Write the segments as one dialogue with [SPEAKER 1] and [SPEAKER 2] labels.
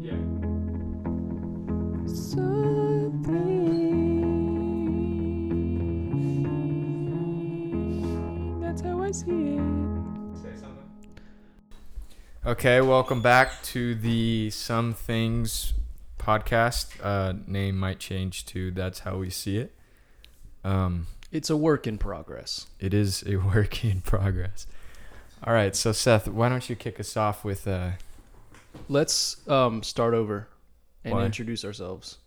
[SPEAKER 1] Yeah.
[SPEAKER 2] Something. That's how I see it.
[SPEAKER 1] Say something.
[SPEAKER 3] Okay, welcome back to the Some Things podcast. Uh, name might change to That's How We See It. Um,
[SPEAKER 4] It's a work in progress.
[SPEAKER 3] it is a work in progress. All right, so Seth, why don't you kick us off with uh,
[SPEAKER 4] Let's um, start over and
[SPEAKER 3] Why?
[SPEAKER 4] introduce ourselves.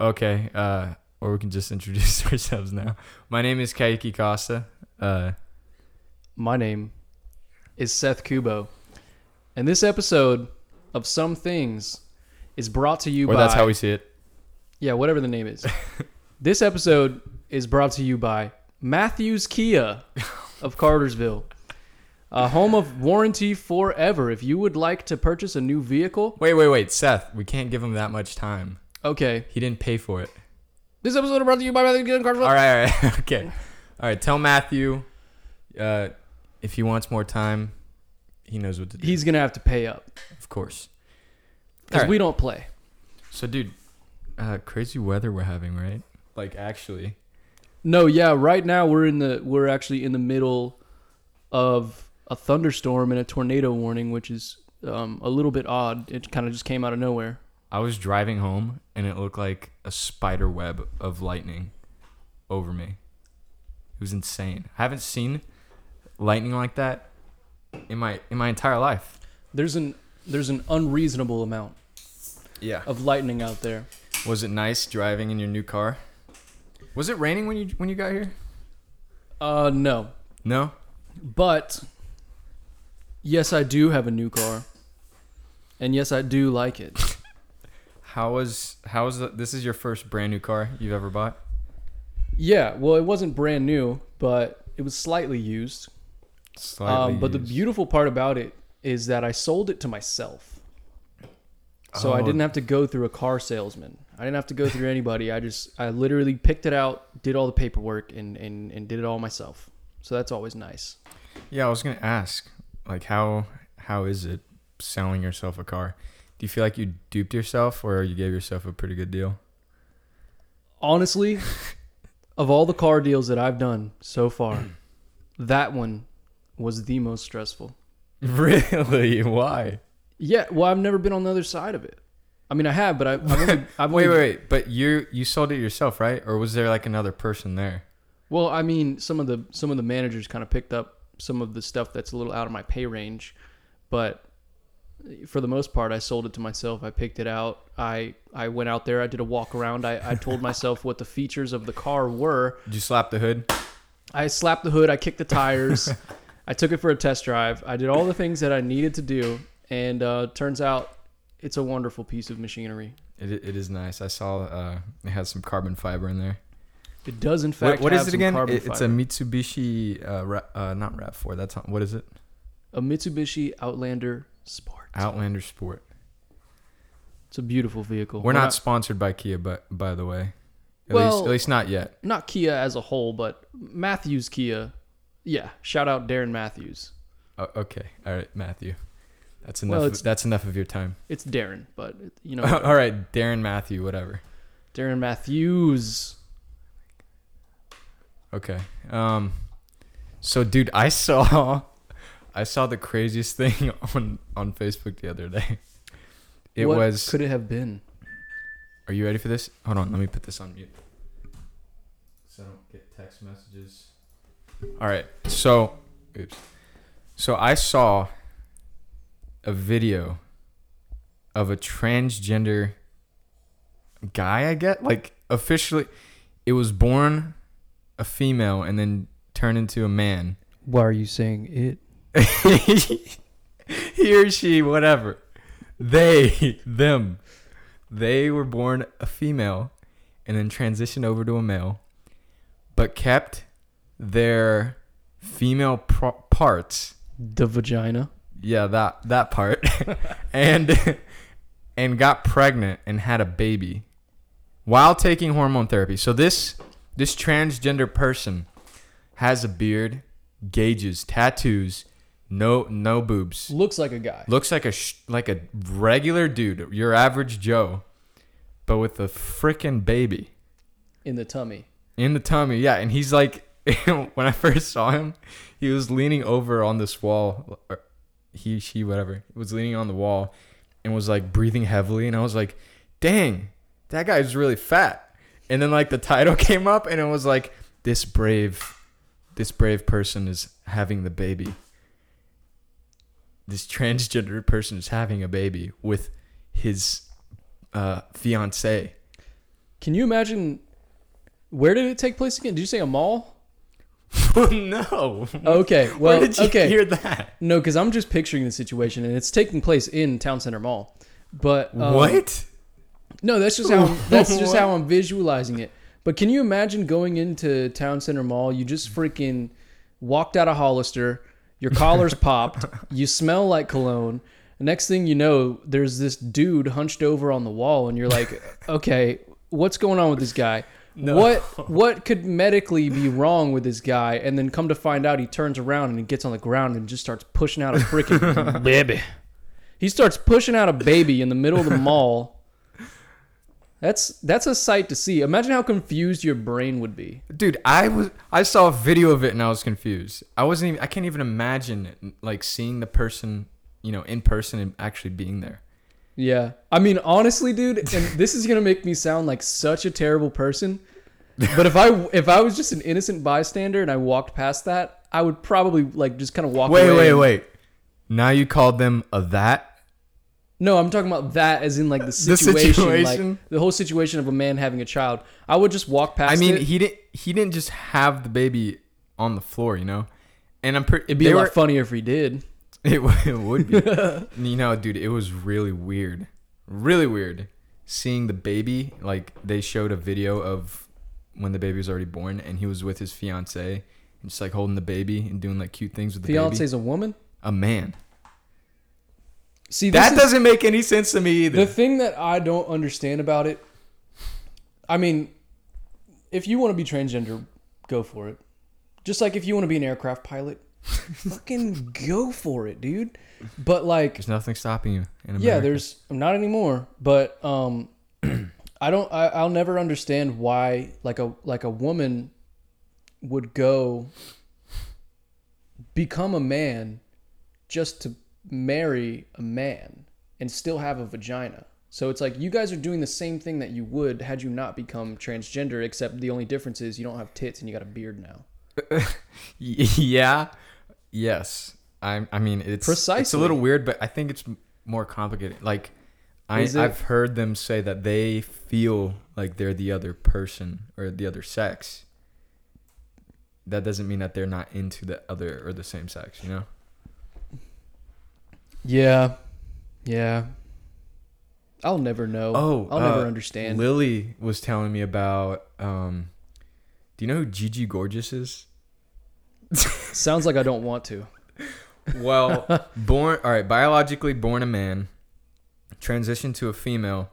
[SPEAKER 3] Okay, uh, or we can just introduce ourselves now. My name is Kaiki Costa. Uh,
[SPEAKER 4] My name is Seth Kubo, and this episode of Some Things is brought to you
[SPEAKER 3] or
[SPEAKER 4] by.
[SPEAKER 3] that's how we see it.
[SPEAKER 4] Yeah, whatever the name is. this episode is brought to you by Matthews Kia of Cartersville, a home of warranty forever. If you would like to purchase a new vehicle,
[SPEAKER 3] Wait, wait, wait, Seth. We can't give him that much time.
[SPEAKER 4] okay.
[SPEAKER 3] He didn't pay for it.
[SPEAKER 4] This episode is brought to you by Matthews Kia of Cartersville.
[SPEAKER 3] All right, all right, okay, all right. Tell Matthew, uh, if he wants more time, he knows what to do.
[SPEAKER 4] He's gonna have to pay up
[SPEAKER 3] of course. All
[SPEAKER 4] because
[SPEAKER 3] right.
[SPEAKER 4] we don't play.
[SPEAKER 3] So, dude, uh, crazy weather we're having, right? Like, actually,
[SPEAKER 4] No, yeah, right now we're in the we're actually in the middle of a thunderstorm and a tornado warning, which is um, a little bit odd. It kind of just came out of nowhere.
[SPEAKER 3] I was driving home and it looked like a spider web of lightning over me. It was insane. I haven't seen lightning like that in my in my entire life.
[SPEAKER 4] There's an there's an unreasonable amount
[SPEAKER 3] Yeah.
[SPEAKER 4] of lightning out there.
[SPEAKER 3] Was it nice driving in your new car? Was it raining when you when you got here?
[SPEAKER 4] Uh, no,
[SPEAKER 3] No.
[SPEAKER 4] but yes, I do have a new car, and yes, I do like it.
[SPEAKER 3] How was how was the, this is your first brand new car you've ever bought?
[SPEAKER 4] yeah, well, it wasn't brand new, but it was slightly used.
[SPEAKER 3] Slightly
[SPEAKER 4] um, but the
[SPEAKER 3] used.
[SPEAKER 4] beautiful part about it is that I sold it to myself. So I
[SPEAKER 3] Oh.
[SPEAKER 4] didn't have to go through a car salesman. I didn't have to go through anybody. I just I literally picked it out, did all the paperwork and and, and did it all myself. So that's always nice.
[SPEAKER 3] Yeah, I was gonna ask, like how how is it selling yourself a car? Do you feel like you duped yourself, or you gave yourself a pretty good deal?
[SPEAKER 4] Honestly, of all the car deals that I've done so far, that one was the most stressful.
[SPEAKER 3] Really? Why?
[SPEAKER 4] Yeah, well, I've never been on the other side of it. I mean, I have, but I, I've only, I've
[SPEAKER 3] Wait, wait,
[SPEAKER 4] only-
[SPEAKER 3] wait. But you you sold it yourself, right? Or was there like another person there?
[SPEAKER 4] Well, I mean, some of the some of the managers kind of picked up some of the stuff that's a little out of my pay range, but for the most part, I sold it to myself. I picked it out. I I went out there. I did a walk around. I, I told myself what the features of the car were.
[SPEAKER 3] Did you slap the hood?
[SPEAKER 4] I slapped the hood. I kicked the tires. I took it for a test drive. I did all the things that I needed to do, and uh, turns out it's a wonderful piece of machinery.
[SPEAKER 3] It, it is nice. I saw uh, it has some carbon fiber in there.
[SPEAKER 4] It does, in
[SPEAKER 3] What,
[SPEAKER 4] fact,
[SPEAKER 3] what
[SPEAKER 4] have
[SPEAKER 3] is it
[SPEAKER 4] some
[SPEAKER 3] again?
[SPEAKER 4] carbon
[SPEAKER 3] It- it's a
[SPEAKER 4] fiber.
[SPEAKER 3] Mitsubishi, uh, ra- uh, not Rav Four. That's not, what is it?
[SPEAKER 4] a Mitsubishi Outlander Sport.
[SPEAKER 3] Outlander Sport.
[SPEAKER 4] It's a beautiful vehicle.
[SPEAKER 3] We're
[SPEAKER 4] When I-
[SPEAKER 3] not sponsored by Kia, but by the way, at least
[SPEAKER 4] Well-
[SPEAKER 3] at least not yet.
[SPEAKER 4] not Kia as a whole, but Matthews Kia. Yeah, shout out Darren Matthews.
[SPEAKER 3] Oh, okay. All right, Matthew. That's enough.
[SPEAKER 4] Well,
[SPEAKER 3] of,
[SPEAKER 4] it's-
[SPEAKER 3] that's enough of your time.
[SPEAKER 4] It's Darren, but you know
[SPEAKER 3] All right, Darren Matthew, whatever.
[SPEAKER 4] Darren Matthews.
[SPEAKER 3] Okay. Um so dude, I saw I saw the craziest thing on on Facebook the other day. It
[SPEAKER 4] What
[SPEAKER 3] was
[SPEAKER 4] could it have been?
[SPEAKER 3] Are you ready for this? Hold on, let me put this on mute. So I don't get text messages. All right. So, oops. So I saw a video of a transgender guy, I get, like officially it was born a female and then turned into a man.
[SPEAKER 4] Why are you saying it?
[SPEAKER 3] he or she, whatever. They, them, they were born a female and then transitioned over to a male, but kept their female pro- parts.
[SPEAKER 4] The vagina.
[SPEAKER 3] Yeah, that that part, and and got pregnant and had a baby while taking hormone therapy. So this this transgender person has a beard, gauges, tattoos, No, no boobs.
[SPEAKER 4] Looks like a guy.
[SPEAKER 3] Looks like a sh- like a regular dude, your average Joe, but with a freaking baby
[SPEAKER 4] in the tummy.
[SPEAKER 3] in the tummy. Yeah, and he's like, when I first saw him, he was leaning over on this wall, or he, she, whatever, was leaning on the wall, and was like breathing heavily, and I was like, dang, that guy's really fat. And then like the title came up, and it was like, this brave, this brave person is having the baby. This transgender person is having a baby with his uh, fiance.
[SPEAKER 4] Can you imagine? Where did it take place again? Did you say a mall?
[SPEAKER 3] no.
[SPEAKER 4] Okay. Well,
[SPEAKER 3] Where did you
[SPEAKER 4] okay.
[SPEAKER 3] hear that?
[SPEAKER 4] No, because I'm just picturing the situation, and it's taking place in Town Center Mall. But um,
[SPEAKER 3] what?
[SPEAKER 4] No, that's just how I'm, that's just
[SPEAKER 3] What?
[SPEAKER 4] how I'm visualizing it. But can you imagine going into Town Center Mall? You just freaking walked out of Hollister. Your collar's popped. You smell like cologne. Next thing you know, there's this dude hunched over on the wall, and you're like, okay, what's going on with this guy? What what could medically be wrong with this guy? And then come to find out, he turns around and he gets on the ground and just starts pushing out a freaking baby. He starts pushing out a baby in the middle of the mall. That's that's a sight to see. Imagine how confused your brain would be.
[SPEAKER 3] Dude, I was I saw a video of it and I was confused. I wasn't even I can't even imagine like seeing the person, you know, in person and actually being there.
[SPEAKER 4] Yeah. I mean, honestly, dude, and this is gonna make me sound like such a terrible person. But if I if I was just an innocent bystander and I walked past that, I would probably like just kind of walk
[SPEAKER 3] Wait,
[SPEAKER 4] away.
[SPEAKER 3] wait,
[SPEAKER 4] and-
[SPEAKER 3] wait. Now you called them a that?
[SPEAKER 4] No, I'm talking about that as in like the situation,
[SPEAKER 3] situation?
[SPEAKER 4] like the whole situation of a man having a child. I would just walk past.
[SPEAKER 3] I mean,
[SPEAKER 4] it.
[SPEAKER 3] he didn't he didn't just have the baby on the floor, you know? And I'm pretty
[SPEAKER 4] it'd be a lot funnier if he did.
[SPEAKER 3] It, w- it would be. you know, dude, it was really weird. Really weird. Seeing the baby, like, they showed a video of when the baby was already born and he was with his fiance and just like holding the baby and doing like cute things with the baby.
[SPEAKER 4] Fiance's a woman.
[SPEAKER 3] A man.
[SPEAKER 4] See, this
[SPEAKER 3] That
[SPEAKER 4] is-
[SPEAKER 3] doesn't make any sense to me either.
[SPEAKER 4] The thing that I don't understand about it, I mean, if you want to be transgender, go for it. Just like if you want to be an aircraft pilot, fucking go for it, dude. But like,
[SPEAKER 3] There's nothing stopping you. In America.
[SPEAKER 4] yeah, there's not anymore. But um, I don't. I, I'll never understand why like a like a woman would go become a man just to marry a man and still have a vagina. So it's like you guys are doing the same thing that you would had you not become transgender, except the only difference is you don't have tits and you got a beard now.
[SPEAKER 3] Y- yeah. Yes. I, I mean, it's, it's a
[SPEAKER 4] Precisely.
[SPEAKER 3] little weird, but I think it's m- more complicated. Like, I,
[SPEAKER 4] Is it-
[SPEAKER 3] I've heard them say that they feel like they're the other person or the other sex. That doesn't mean that they're not into the other or the same sex, you know?
[SPEAKER 4] Yeah, yeah. I'll never know.
[SPEAKER 3] Oh,
[SPEAKER 4] I'll never
[SPEAKER 3] uh,
[SPEAKER 4] understand.
[SPEAKER 3] Lily was telling me about. Um, do you know who Gigi Gorgeous is?
[SPEAKER 4] Sounds like I don't want to.
[SPEAKER 3] Well, born all right, biologically born a man, transitioned to a female,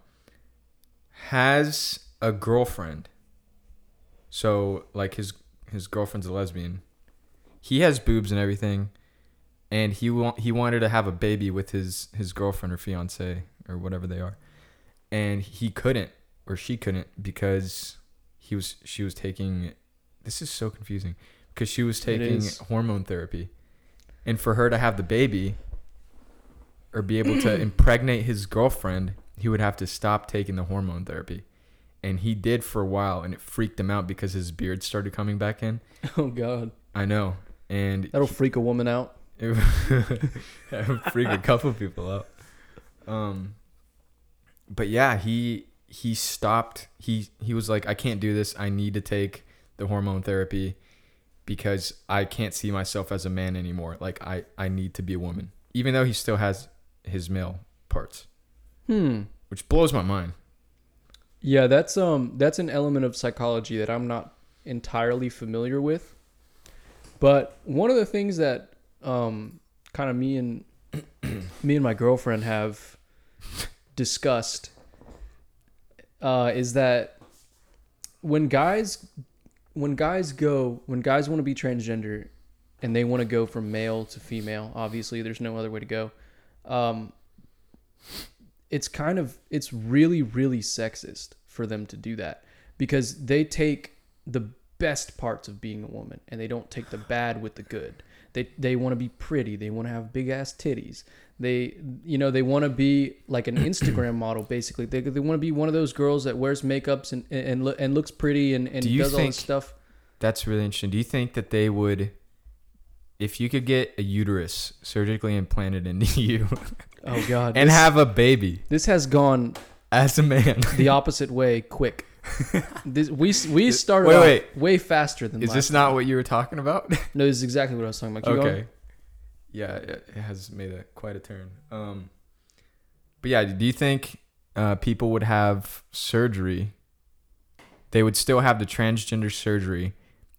[SPEAKER 3] has a girlfriend. So like his his girlfriend's a lesbian. He has boobs and everything, and he wa- he wanted to have a baby with his his girlfriend or fiance or whatever they are, and he couldn't or she couldn't because he was she was taking. This is so confusing because she was taking
[SPEAKER 4] is.
[SPEAKER 3] hormone therapy and for her to have the baby or be able to impregnate his girlfriend, he would have to stop taking the hormone therapy. And he did for a while, and it freaked him out because his beard started coming back in.
[SPEAKER 4] Oh God,
[SPEAKER 3] I know, and
[SPEAKER 4] that'll freak a woman out.
[SPEAKER 3] it that would freak a couple people out. Um, but yeah, he he stopped. He he was like, I can't do this. I need to take the hormone therapy because I can't see myself as a man anymore. Like I I need to be a woman, even though he still has his male parts,
[SPEAKER 4] Hmm.
[SPEAKER 3] which blows my mind.
[SPEAKER 4] Yeah, that's um, that's an element of psychology that I'm not entirely familiar with. But one of the things that um, kind of me and me and my girlfriend have discussed uh, is that when guys when guys go when guys want to be transgender and they want to go from male to female. Obviously, there's no other way to go. Um, it's kind of it's really really sexist for them to do that because they take the best parts of being a woman and they don't take the bad with the good. They they want to be pretty. They want to have big ass titties. They you know they want to be like an Instagram model basically. They, they want to be one of those girls that wears makeups and and and, lo- and looks pretty and and
[SPEAKER 3] Do you
[SPEAKER 4] does all this
[SPEAKER 3] think-
[SPEAKER 4] stuff.
[SPEAKER 3] That's really interesting. Do you think that they would, if you could get a uterus surgically implanted into you
[SPEAKER 4] Oh god.
[SPEAKER 3] and
[SPEAKER 4] this-
[SPEAKER 3] have a baby
[SPEAKER 4] this has gone
[SPEAKER 3] as a man,
[SPEAKER 4] the opposite way quick. This, we we started
[SPEAKER 3] Wait,
[SPEAKER 4] off
[SPEAKER 3] wait.
[SPEAKER 4] way faster than
[SPEAKER 3] is
[SPEAKER 4] last-
[SPEAKER 3] this not what you were talking about?
[SPEAKER 4] No, this is exactly what I was talking about. Keep
[SPEAKER 3] okay.
[SPEAKER 4] going.
[SPEAKER 3] Yeah, it it has made a quite a turn. Um, but yeah, do you think uh, people would have surgery? They would still have the transgender surgery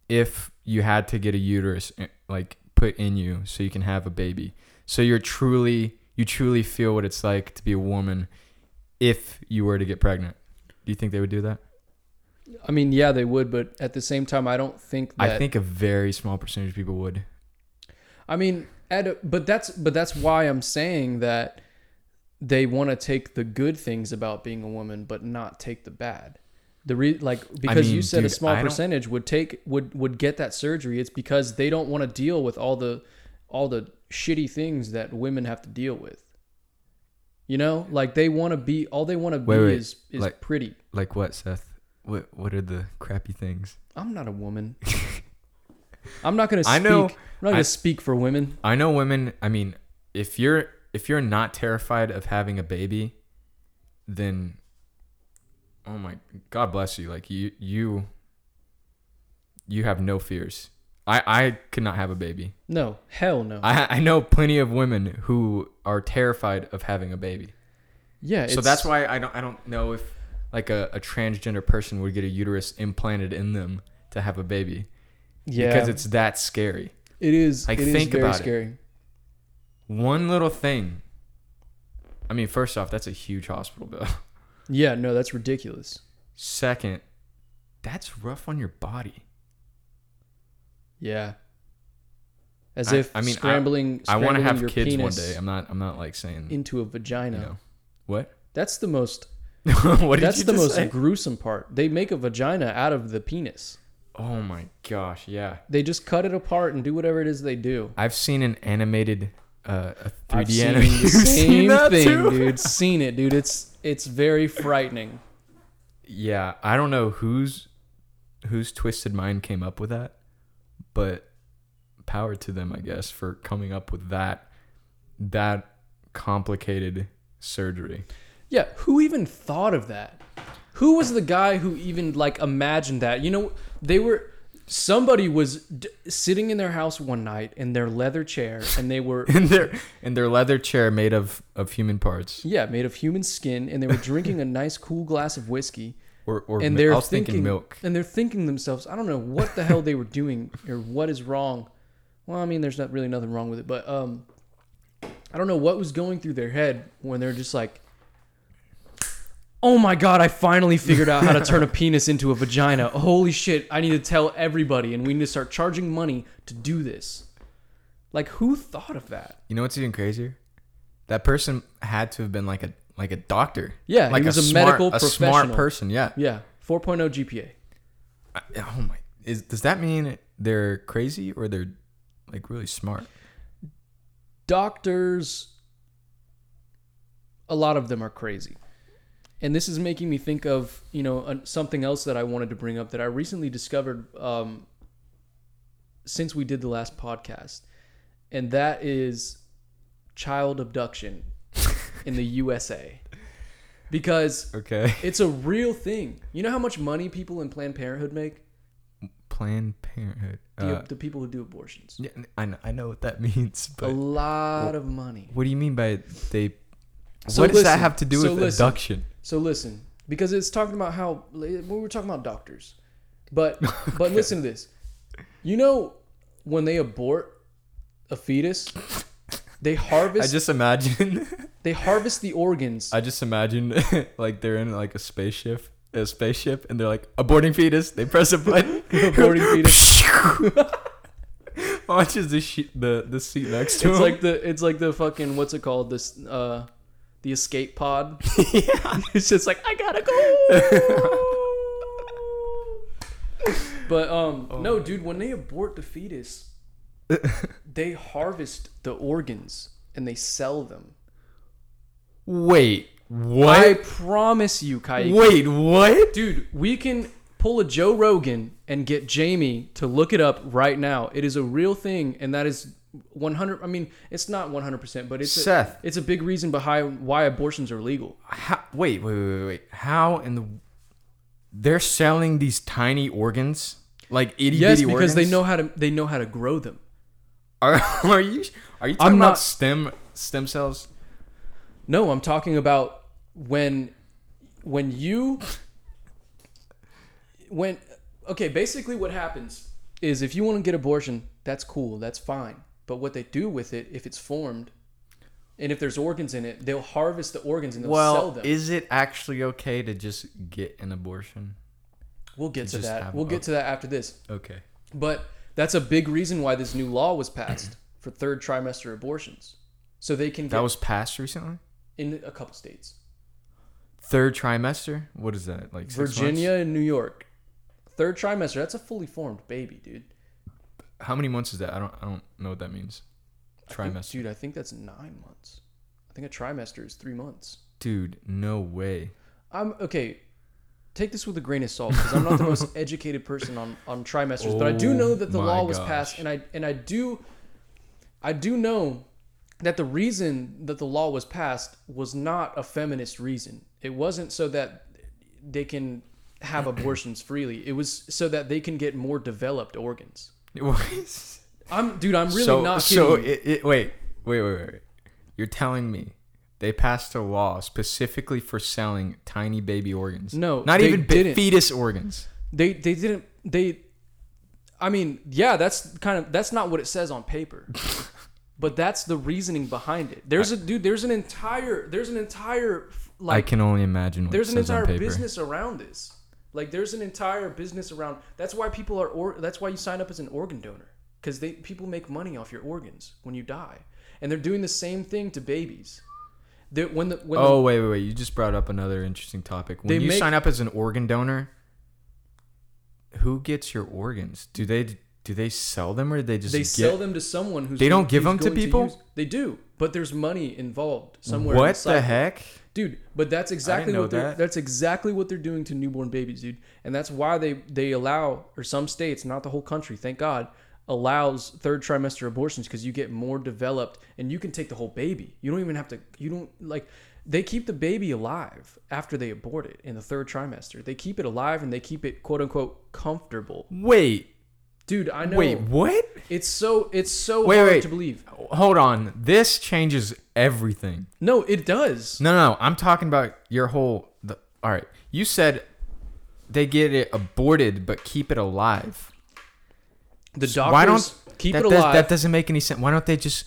[SPEAKER 3] if you had to get a uterus eh, like put in you so you can have a baby. So you're truly you truly feel what it's like to be a woman if you were to get pregnant. Do you think they would do that?
[SPEAKER 4] I mean, yeah, they would, but at the same time, I don't think that.
[SPEAKER 3] I think a very small percentage of people would.
[SPEAKER 4] I mean, at a, but that's but that's why I'm saying that they want to take the good things about being a woman, but not take the bad. The re, like because you
[SPEAKER 3] mean,
[SPEAKER 4] said a
[SPEAKER 3] dude,
[SPEAKER 4] small
[SPEAKER 3] I don't-
[SPEAKER 4] percentage would take would would get that surgery. It's because they don't want to deal with all the all the shitty things that women have to deal with. You know, like they want to be all they want to be
[SPEAKER 3] Wait, wait,
[SPEAKER 4] is is
[SPEAKER 3] like-
[SPEAKER 4] pretty.
[SPEAKER 3] Like what, Seth? What what are the crappy things?
[SPEAKER 4] I'm not a woman. I'm not gonna. Speak,
[SPEAKER 3] I know-
[SPEAKER 4] I'm not gonna
[SPEAKER 3] I-
[SPEAKER 4] speak for women.
[SPEAKER 3] I know women. I mean, if you're if you're not terrified of having a baby, then oh my God bless you. Like you you you have no fears. I I could not have a baby.
[SPEAKER 4] No, hell no.
[SPEAKER 3] I I know plenty of women who are terrified of having a baby.
[SPEAKER 4] yeah.
[SPEAKER 3] So
[SPEAKER 4] it's-
[SPEAKER 3] that's why I don't I don't know if like a, a transgender person would get a uterus implanted in them to have a baby
[SPEAKER 4] Yeah.
[SPEAKER 3] because it's that scary.
[SPEAKER 4] It is.
[SPEAKER 3] Like,
[SPEAKER 4] it is
[SPEAKER 3] think
[SPEAKER 4] very
[SPEAKER 3] about it.
[SPEAKER 4] scary.
[SPEAKER 3] One little thing. I mean, first off, that's a huge hospital bill.
[SPEAKER 4] Yeah, no, that's ridiculous.
[SPEAKER 3] Second, that's rough on your body.
[SPEAKER 4] Yeah. As
[SPEAKER 3] I-
[SPEAKER 4] if
[SPEAKER 3] I
[SPEAKER 4] I
[SPEAKER 3] mean, I-
[SPEAKER 4] mean, scrambling,
[SPEAKER 3] I want
[SPEAKER 4] scrambling
[SPEAKER 3] to have
[SPEAKER 4] your
[SPEAKER 3] kids one
[SPEAKER 4] penis
[SPEAKER 3] day. I'm not. I'm not like saying
[SPEAKER 4] into a vagina.
[SPEAKER 3] you know what.
[SPEAKER 4] That's the most.
[SPEAKER 3] what did
[SPEAKER 4] That's
[SPEAKER 3] you
[SPEAKER 4] the
[SPEAKER 3] just
[SPEAKER 4] most
[SPEAKER 3] say?
[SPEAKER 4] gruesome part. They make a vagina out of the penis.
[SPEAKER 3] Oh my gosh! Yeah,
[SPEAKER 4] They just cut it apart and do whatever it is they do.
[SPEAKER 3] I've seen an animated, uh, a 3D
[SPEAKER 4] I've seen
[SPEAKER 3] anime.
[SPEAKER 4] the
[SPEAKER 3] You've
[SPEAKER 4] same
[SPEAKER 3] seen that
[SPEAKER 4] thing,
[SPEAKER 3] too?
[SPEAKER 4] dude. Seen it, dude. It's it's very frightening.
[SPEAKER 3] Yeah, I don't know whose whose twisted mind came up with that, but power to them, I guess, for coming up with that that complicated surgery.
[SPEAKER 4] Yeah, who even thought of that? Who was the guy who even like imagined that? You know, they were somebody was d- sitting in their house one night in their leather chair and they were
[SPEAKER 3] in their in their leather chair made of of human parts
[SPEAKER 4] yeah, made of human skin and they were drinking a nice cool glass of whiskey
[SPEAKER 3] or or
[SPEAKER 4] and
[SPEAKER 3] mi-
[SPEAKER 4] they're
[SPEAKER 3] I was
[SPEAKER 4] thinking,
[SPEAKER 3] thinking milk.
[SPEAKER 4] and they're thinking themselves, I don't know what the hell they were doing or what is wrong. Well, I mean, there's not really nothing wrong with it, but um, I don't know what was going through their head when they're just like, "Oh my god, I finally figured out how to turn a penis into a vagina. Holy shit, I need to tell everybody, and we need to start charging money to do this." Like, who thought of that?
[SPEAKER 3] You know what's even crazier? That person had to have been like a like a doctor.
[SPEAKER 4] Yeah, he
[SPEAKER 3] like
[SPEAKER 4] was a
[SPEAKER 3] smart,
[SPEAKER 4] medical
[SPEAKER 3] a smart
[SPEAKER 4] professional.
[SPEAKER 3] person. Yeah.
[SPEAKER 4] Yeah, 4.0 GPA.
[SPEAKER 3] I- oh my! Is does that mean they're crazy or they're like really smart?
[SPEAKER 4] doctors a lot of them are crazy and this is making me think of you know an- something else that i wanted to bring up that i recently discovered um, since we did the last podcast and that is child abduction in the usa because
[SPEAKER 3] Okay.
[SPEAKER 4] it's a real thing you know how much money people in planned parenthood make
[SPEAKER 3] Planned Parenthood.
[SPEAKER 4] the,
[SPEAKER 3] Uh,
[SPEAKER 4] the people who do abortions
[SPEAKER 3] yeah, I know, I know what that means,
[SPEAKER 4] a
[SPEAKER 3] but
[SPEAKER 4] lot of money
[SPEAKER 3] what do you mean by they?
[SPEAKER 4] So
[SPEAKER 3] what does that
[SPEAKER 4] listen,
[SPEAKER 3] have to do
[SPEAKER 4] so
[SPEAKER 3] with
[SPEAKER 4] listen.
[SPEAKER 3] abduction?
[SPEAKER 4] So listen, because it's talking about how we were talking about doctors, but but listen to this. You know when they abort a fetus, they
[SPEAKER 3] I
[SPEAKER 4] harvest
[SPEAKER 3] just imagine.
[SPEAKER 4] they harvest the organs.
[SPEAKER 3] I just imagine like they're in like a spaceship, a spaceship, and they're like aborting fetus. They press a button.
[SPEAKER 4] Aborting fetus.
[SPEAKER 3] Watches the she- the the seat next
[SPEAKER 4] It's
[SPEAKER 3] to him.
[SPEAKER 4] like the it's like the fucking what's it called? This uh the escape pod. yeah. It's just like I gotta go. but um
[SPEAKER 3] Oh
[SPEAKER 4] no dude, when they abort the fetus, they harvest the organs and they sell them.
[SPEAKER 3] Wait,
[SPEAKER 4] I
[SPEAKER 3] what?
[SPEAKER 4] promise you, Kai.
[SPEAKER 3] Wait, what?
[SPEAKER 4] Dude, we can pull a Joe Rogan and get Jamie to look it up right now. It is a real thing, and that is 100. I mean, it's not 100, percent but it's
[SPEAKER 3] Seth.
[SPEAKER 4] A, it's a big reason behind why abortions are legal.
[SPEAKER 3] How, wait, wait, wait, wait, wait. How in the? They're selling these tiny organs, like itty
[SPEAKER 4] Yes,
[SPEAKER 3] bitty
[SPEAKER 4] because
[SPEAKER 3] organs.
[SPEAKER 4] they know how to they know how to grow them.
[SPEAKER 3] Are, are you are you talking
[SPEAKER 4] I'm
[SPEAKER 3] about
[SPEAKER 4] not-
[SPEAKER 3] stem stem cells?
[SPEAKER 4] No, I'm talking about when when you when okay, basically what happens is if you want to get abortion, that's cool, that's fine. But what they do with it if it's formed and if there's organs in it, they'll harvest the organs and they'll sell
[SPEAKER 3] Well,
[SPEAKER 4] them.
[SPEAKER 3] is it actually okay to just get an abortion?
[SPEAKER 4] we'll get to
[SPEAKER 3] just
[SPEAKER 4] that.
[SPEAKER 3] have-
[SPEAKER 4] We'll get to that after this.
[SPEAKER 3] Okay.
[SPEAKER 4] But that's a big reason why this new law was passed for third trimester abortions. So they can get
[SPEAKER 3] That was passed recently.
[SPEAKER 4] in a couple states.
[SPEAKER 3] Third trimester. What is that like? six months?
[SPEAKER 4] Virginia and New York. Third trimester. That's a fully formed baby, dude.
[SPEAKER 3] How many months is that? I don't. I don't know what that means. Trimester.
[SPEAKER 4] Dude, I think that's nine months. I think a trimester is three months.
[SPEAKER 3] Dude, no way.
[SPEAKER 4] I'm okay. Take this with a grain of salt because I'm not the most educated person on on trimesters, but I do
[SPEAKER 3] Oh
[SPEAKER 4] know that the
[SPEAKER 3] my
[SPEAKER 4] law was
[SPEAKER 3] gosh.
[SPEAKER 4] passed, and I and I do, I do know that the reason that the law was passed was not a feminist reason. It wasn't so that they can have abortions freely. It was so that they can get more developed organs.
[SPEAKER 3] What?
[SPEAKER 4] I'm dude. I'm really
[SPEAKER 3] so,
[SPEAKER 4] not.
[SPEAKER 3] so
[SPEAKER 4] kidding.
[SPEAKER 3] it, it, wait, wait, wait, wait. You're telling me they passed a law specifically for selling tiny baby organs?
[SPEAKER 4] No,
[SPEAKER 3] not
[SPEAKER 4] they
[SPEAKER 3] even ba-
[SPEAKER 4] didn't.
[SPEAKER 3] fetus organs.
[SPEAKER 4] they they didn't they. I mean, yeah, that's kind of that's not what it says on paper, but that's the reasoning behind it. There's a dude. There's an entire. There's an entire
[SPEAKER 3] I
[SPEAKER 4] like.
[SPEAKER 3] can only imagine. What
[SPEAKER 4] there's an
[SPEAKER 3] it says on
[SPEAKER 4] entire
[SPEAKER 3] paper.
[SPEAKER 4] business around this. Like, there's an entire business around. That's why people are. Or, that's why you sign up as an organ donor because they people make money off your organs when you die, and they're doing the same thing to babies. They're, when the when the
[SPEAKER 3] Oh wait, wait, wait! You just brought up another interesting topic. When
[SPEAKER 4] They
[SPEAKER 3] you
[SPEAKER 4] make-
[SPEAKER 3] sign up as an organ donor, who gets your organs? Do they do they sell them or do they just
[SPEAKER 4] they
[SPEAKER 3] get,
[SPEAKER 4] sell them to someone who's
[SPEAKER 3] They don't give
[SPEAKER 4] who's
[SPEAKER 3] them to
[SPEAKER 4] going
[SPEAKER 3] people?
[SPEAKER 4] use- they do but there's money involved somewhere in
[SPEAKER 3] What the
[SPEAKER 4] cycle.
[SPEAKER 3] heck?
[SPEAKER 4] dude but that's exactly
[SPEAKER 3] know
[SPEAKER 4] what they're
[SPEAKER 3] that.
[SPEAKER 4] that's exactly what they're doing to newborn babies dude and that's why they they allow or some states not the whole country thank god allows third trimester abortions because you get more developed and you can take the whole baby you don't even have to you don't like they keep the baby alive after they abort it in the third trimester they keep it alive and they keep it quote unquote comfortable
[SPEAKER 3] Wait,
[SPEAKER 4] dude i know
[SPEAKER 3] wait, what?
[SPEAKER 4] it's so it's so
[SPEAKER 3] Wait,
[SPEAKER 4] hard
[SPEAKER 3] wait.
[SPEAKER 4] to believe
[SPEAKER 3] Hold on. This changes everything.
[SPEAKER 4] No, it does.
[SPEAKER 3] No, no, no. I'm talking about your whole. The, all right, you said they get it aborted but keep it alive.
[SPEAKER 4] The doctors
[SPEAKER 3] Why don't
[SPEAKER 4] keep
[SPEAKER 3] that
[SPEAKER 4] it
[SPEAKER 3] does-
[SPEAKER 4] alive.
[SPEAKER 3] that doesn't make any sense. Why don't they just?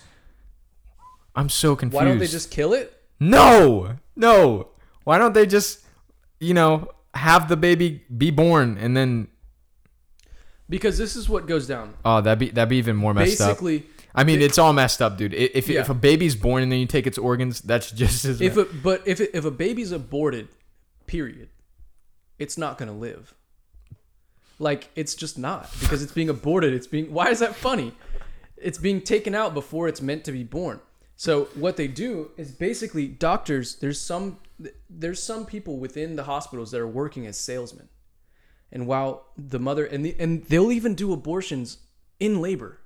[SPEAKER 3] I'm so confused.
[SPEAKER 4] Why don't they just kill it?
[SPEAKER 3] No, no. Why don't they just, you know, have the baby be born and then?
[SPEAKER 4] Because this is what goes down.
[SPEAKER 3] Oh, that'd be that'd be even more messed up.
[SPEAKER 4] Basically,
[SPEAKER 3] I mean, it's all messed up, dude. I- If,
[SPEAKER 4] Yeah.
[SPEAKER 3] if a baby's born and then you take its organs, that's just as
[SPEAKER 4] if a, but if it, if a baby's aborted, period, it's not gonna live. Like it's just not because it's being aborted. It's being why is that funny? It's being taken out before it's meant to be born. So what they do is basically doctors. There's some there's some people within the hospitals that are working as salesmen, and while the mother and the, and they'll even do abortions in labor.